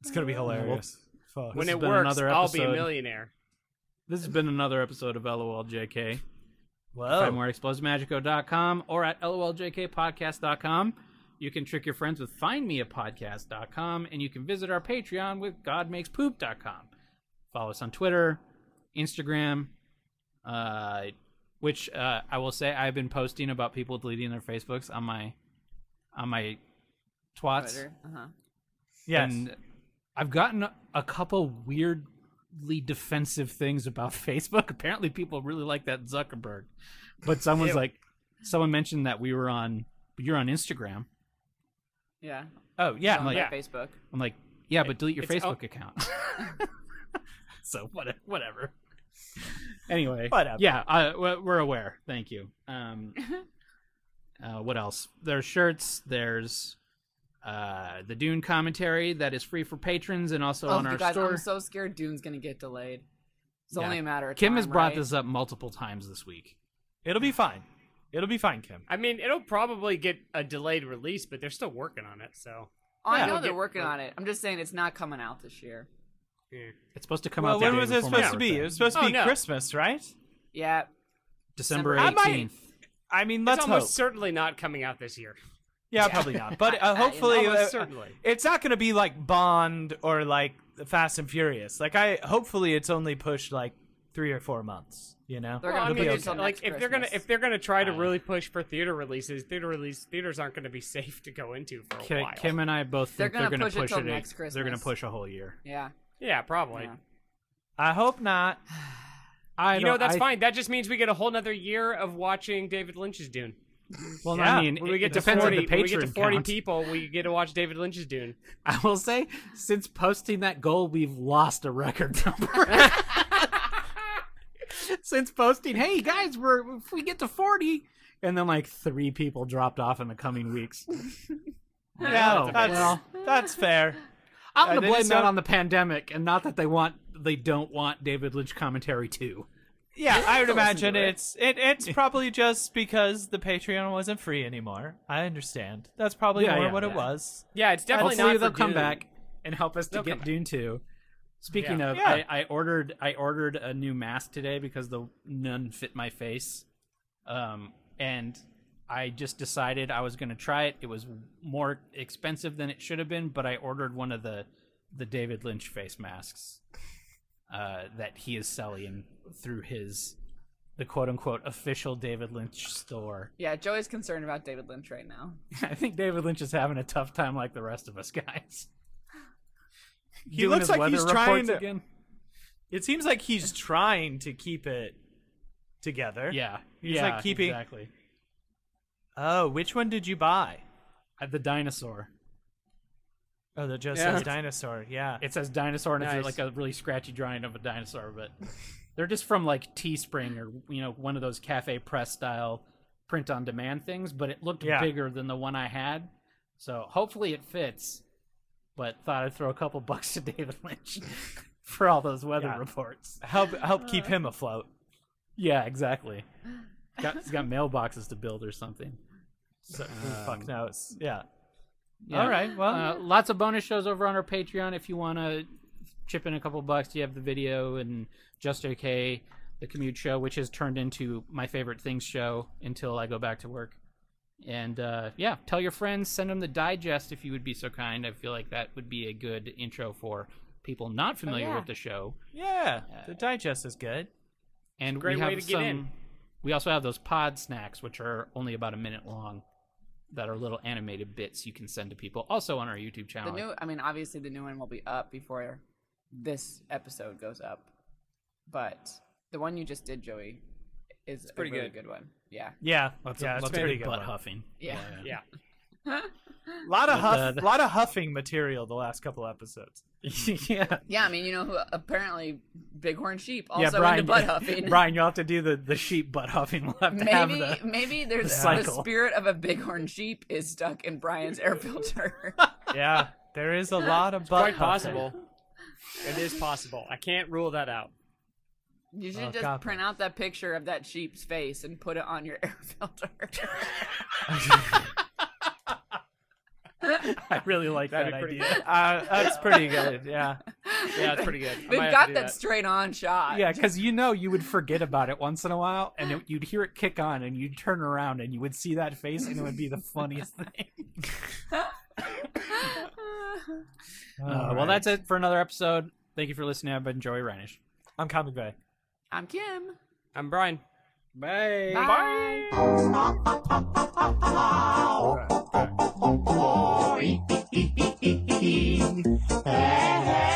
D: It's gonna be hilarious.
A: Fuck.
C: when
A: This has
C: it
A: been
C: works,
A: another
C: I'll be a
A: episode-
C: millionaire.
A: This has been another episode of LOLJK. Find
D: Whoa.
A: more at explosivemagico.com or at loljkpodcast.com. You can trick your friends with findmeapodcast.com and you can visit our Patreon with godmakespoop.com. Follow us on Twitter, Instagram, uh, which uh, I will say I've been posting about people deleting their Facebooks on my on my twats.
B: Twitter. Uh-huh.
D: Yes.
A: And I've gotten a- a couple weirdly defensive things about Facebook. Apparently, people really like that Zuckerberg. But someone's
C: Ew.
A: like, someone mentioned that we were on, you're on Instagram.
B: Yeah.
A: Oh, yeah. I'm
B: On
A: like,
B: their
C: yeah.
B: Facebook.
A: I'm like yeah, but delete your
C: It's-
A: Facebook account. so, what, whatever. Anyway.
D: Whatever.
A: Yeah, I, we're we're aware. Thank you. Um, uh, what else? There's shirts. There's uh, the Dune commentary that is free for patrons and also
B: oh,
A: on
B: you
A: our
B: guys,
A: store.
B: I'm so scared Dune's gonna get delayed. It's
A: Yeah.
B: only a matter of
A: Kim
B: time,
A: has brought
B: right?
A: this up multiple times this week.
D: It'll be fine. It'll be fine, Kim.
C: I mean, it'll probably get a delayed release, but they're still working on it. So
B: Oh, I
D: Yeah.
B: know they're
C: Get-
B: working on it. I'm just saying it's not coming out this year.
C: yeah.
A: It's supposed to come
D: well,
A: out. the
D: when
A: day
D: was it
A: before my
D: supposed to be?
A: birthday.
D: It was supposed to
C: Oh,
D: be
C: no.
D: Christmas, right?
B: Yeah.
A: December
D: I might-
A: eighteenth.
D: I mean,
C: it's
D: let's
C: almost
D: hope.
C: certainly not coming out this year.
D: yeah, probably not. But
B: I- I-
D: uh, hopefully,
C: almost
D: uh,
C: certainly.
D: it's not going to be like Bond or like Fast and Furious. Like I, hopefully, it's only pushed like three or four months. You know,
B: They're
C: Well, I
B: gonna
C: mean,
B: be
C: it's
B: until
C: like
B: next
C: if they're gonna
B: Christmas.
C: if they're gonna try
A: Uh,
C: to really push for theater releases, theater release theaters aren't gonna be safe to go into for a
A: Kim,
C: while.
A: Kim and I both
B: They're
A: think
B: gonna
A: they're going to
B: push it
A: push,
B: till
A: a-
B: next
A: They're going
B: Christmas.
A: to push a whole year.
B: Yeah.
C: yeah, probably.
B: Yeah.
D: I hope not.
A: I
C: You
A: don't-
C: know that's
A: I-
C: fine. That just means we get a whole nother year of watching David Lynch's Dune.
A: Well,
D: Yeah,
A: I mean,
C: When we
A: it-
C: get
A: it
C: to
A: depends
C: forty,
A: on the
C: when we get to
A: patron
C: forty
A: count.
C: people, we get to watch David Lynch's Dune.
A: I will say, since posting that goal, we've lost a record number. since posting, hey guys, we're if we get to forty, and then like three people dropped off in the coming weeks.
D: Yeah,
A: Oh,
D: that's
A: well.
D: that's fair.
A: I'm
D: Uh,
A: gonna
D: they
A: blame
D: just
A: that
D: don't-
A: on the pandemic, and not that they want they don't want David Lynch commentary too.
D: Yeah, I would
B: Listen to
D: imagine
B: it.
D: it's it, it's probably just because the Patreon wasn't free anymore. I understand. That's probably
A: Yeah,
D: more
A: yeah,
D: what
A: yeah.
D: it was.
C: Yeah, it's definitely
A: Hopefully
C: not.
A: they'll
C: for
A: come
C: Dune.
A: back and help us to
C: They'll come
A: get
C: back.
A: Dune two. Speaking
C: Yeah.
A: of,
D: Yeah.
A: I, I ordered I ordered a new mask today because the none fit my face, um, and I just decided I was going to try it. It was more expensive than it should have been, but I ordered one of the the David Lynch face masks uh, that he is selling through his the quote unquote official David Lynch store.
B: Yeah, Joey's concerned about David Lynch right now.
A: I think David Lynch is having a tough time, like the rest of us guys.
D: He
A: Doing
D: looks
A: his
D: like
A: weather
D: he's trying
A: reports
D: to.
A: again.
D: It seems like he's trying to keep it together.
A: Yeah,
D: He's,
A: yeah,
D: like, keeping-
A: exactly
D: Oh, which one did you buy?
A: Uh, the dinosaur.
D: Oh, the just
C: Yeah.
D: says dinosaur. Yeah.
A: It says dinosaur, and
C: Nice.
A: it's like a really scratchy drawing of a dinosaur, but they're just from like Teespring or you know one of those cafe press style print on demand things. But it looked
D: Yeah.
A: bigger than the one I had, so hopefully it fits. But thought I'd throw a couple bucks to David Lynch for all those weather
D: Yeah.
A: reports.
D: help help keep him afloat.
A: Yeah, exactly. Got, he's got mailboxes to build or something.
D: So, who the
A: Um,
D: fuck knows. Yeah.
A: Yeah.
D: All right. Well,
A: Uh, lots of bonus shows over on our Patreon. If you want to chip in a couple bucks, you have the video and Just Okay. the commute show, which has turned into my favorite things show until I go back to work. And uh, yeah, tell your friends, send them the digest if you would be so kind. I feel like that would be a good intro for people not familiar
B: yeah.
A: with the show.
D: Yeah, the digest is good.
A: And
C: Great
A: we
C: way
A: have
C: to get
A: some.
C: in.
A: We also have those pod snacks, which are only about a minute long, that are little animated bits you can send to people. Also on our YouTube
B: The
A: channel.
B: new, I mean, obviously the new one will be up before this episode goes up, but the one you just did, Joey, is a
C: pretty
B: really
C: good.
B: good. one. Yeah,
D: Yeah, yeah, it's
A: Lots
D: pretty
A: of
D: good.
A: butt
D: A
A: huffing.
B: yeah.
C: Yeah.
D: lot of huff,
A: the-
D: lot of huffing material the last couple episodes.
A: yeah.
B: Yeah, I mean, you know, who apparently bighorn sheep also
A: yeah, Brian,
B: into butt huffing.
A: Brian, you'll have to do the, the sheep butt huffing. We'll have to have
B: Maybe,
A: the.
B: maybe there's
D: the
B: the,
D: cycle.
B: spirit of a bighorn sheep is stuck in Brian's air filter.
D: Yeah, there is a lot of
C: Quite
D: butt huffing.
C: possible. it is possible. I can't rule that out.
B: you should
D: Oh,
B: just
D: copy.
B: print out that picture of that sheep's face and put it on your air filter.
A: I really like
C: That'd
A: that
C: be pretty
A: idea.
C: good.
D: Uh, that's pretty good. Yeah,
C: Yeah, it's pretty good. I
B: We've
C: might have
B: got
C: to do
B: that, straight on shot.
A: Yeah, because you know you would forget about it once in a while, and it, you'd hear it kick on, and you'd turn around, and you would see that face, and it would be the funniest thing. Uh, Well, that's it for another episode. Thank you for listening. I've been Joey Reinish.
D: I'm Comic Bay.
B: I'm Kim.
C: I'm Brian.
A: Bye.
B: Bye.
E: glory. Hey, hey.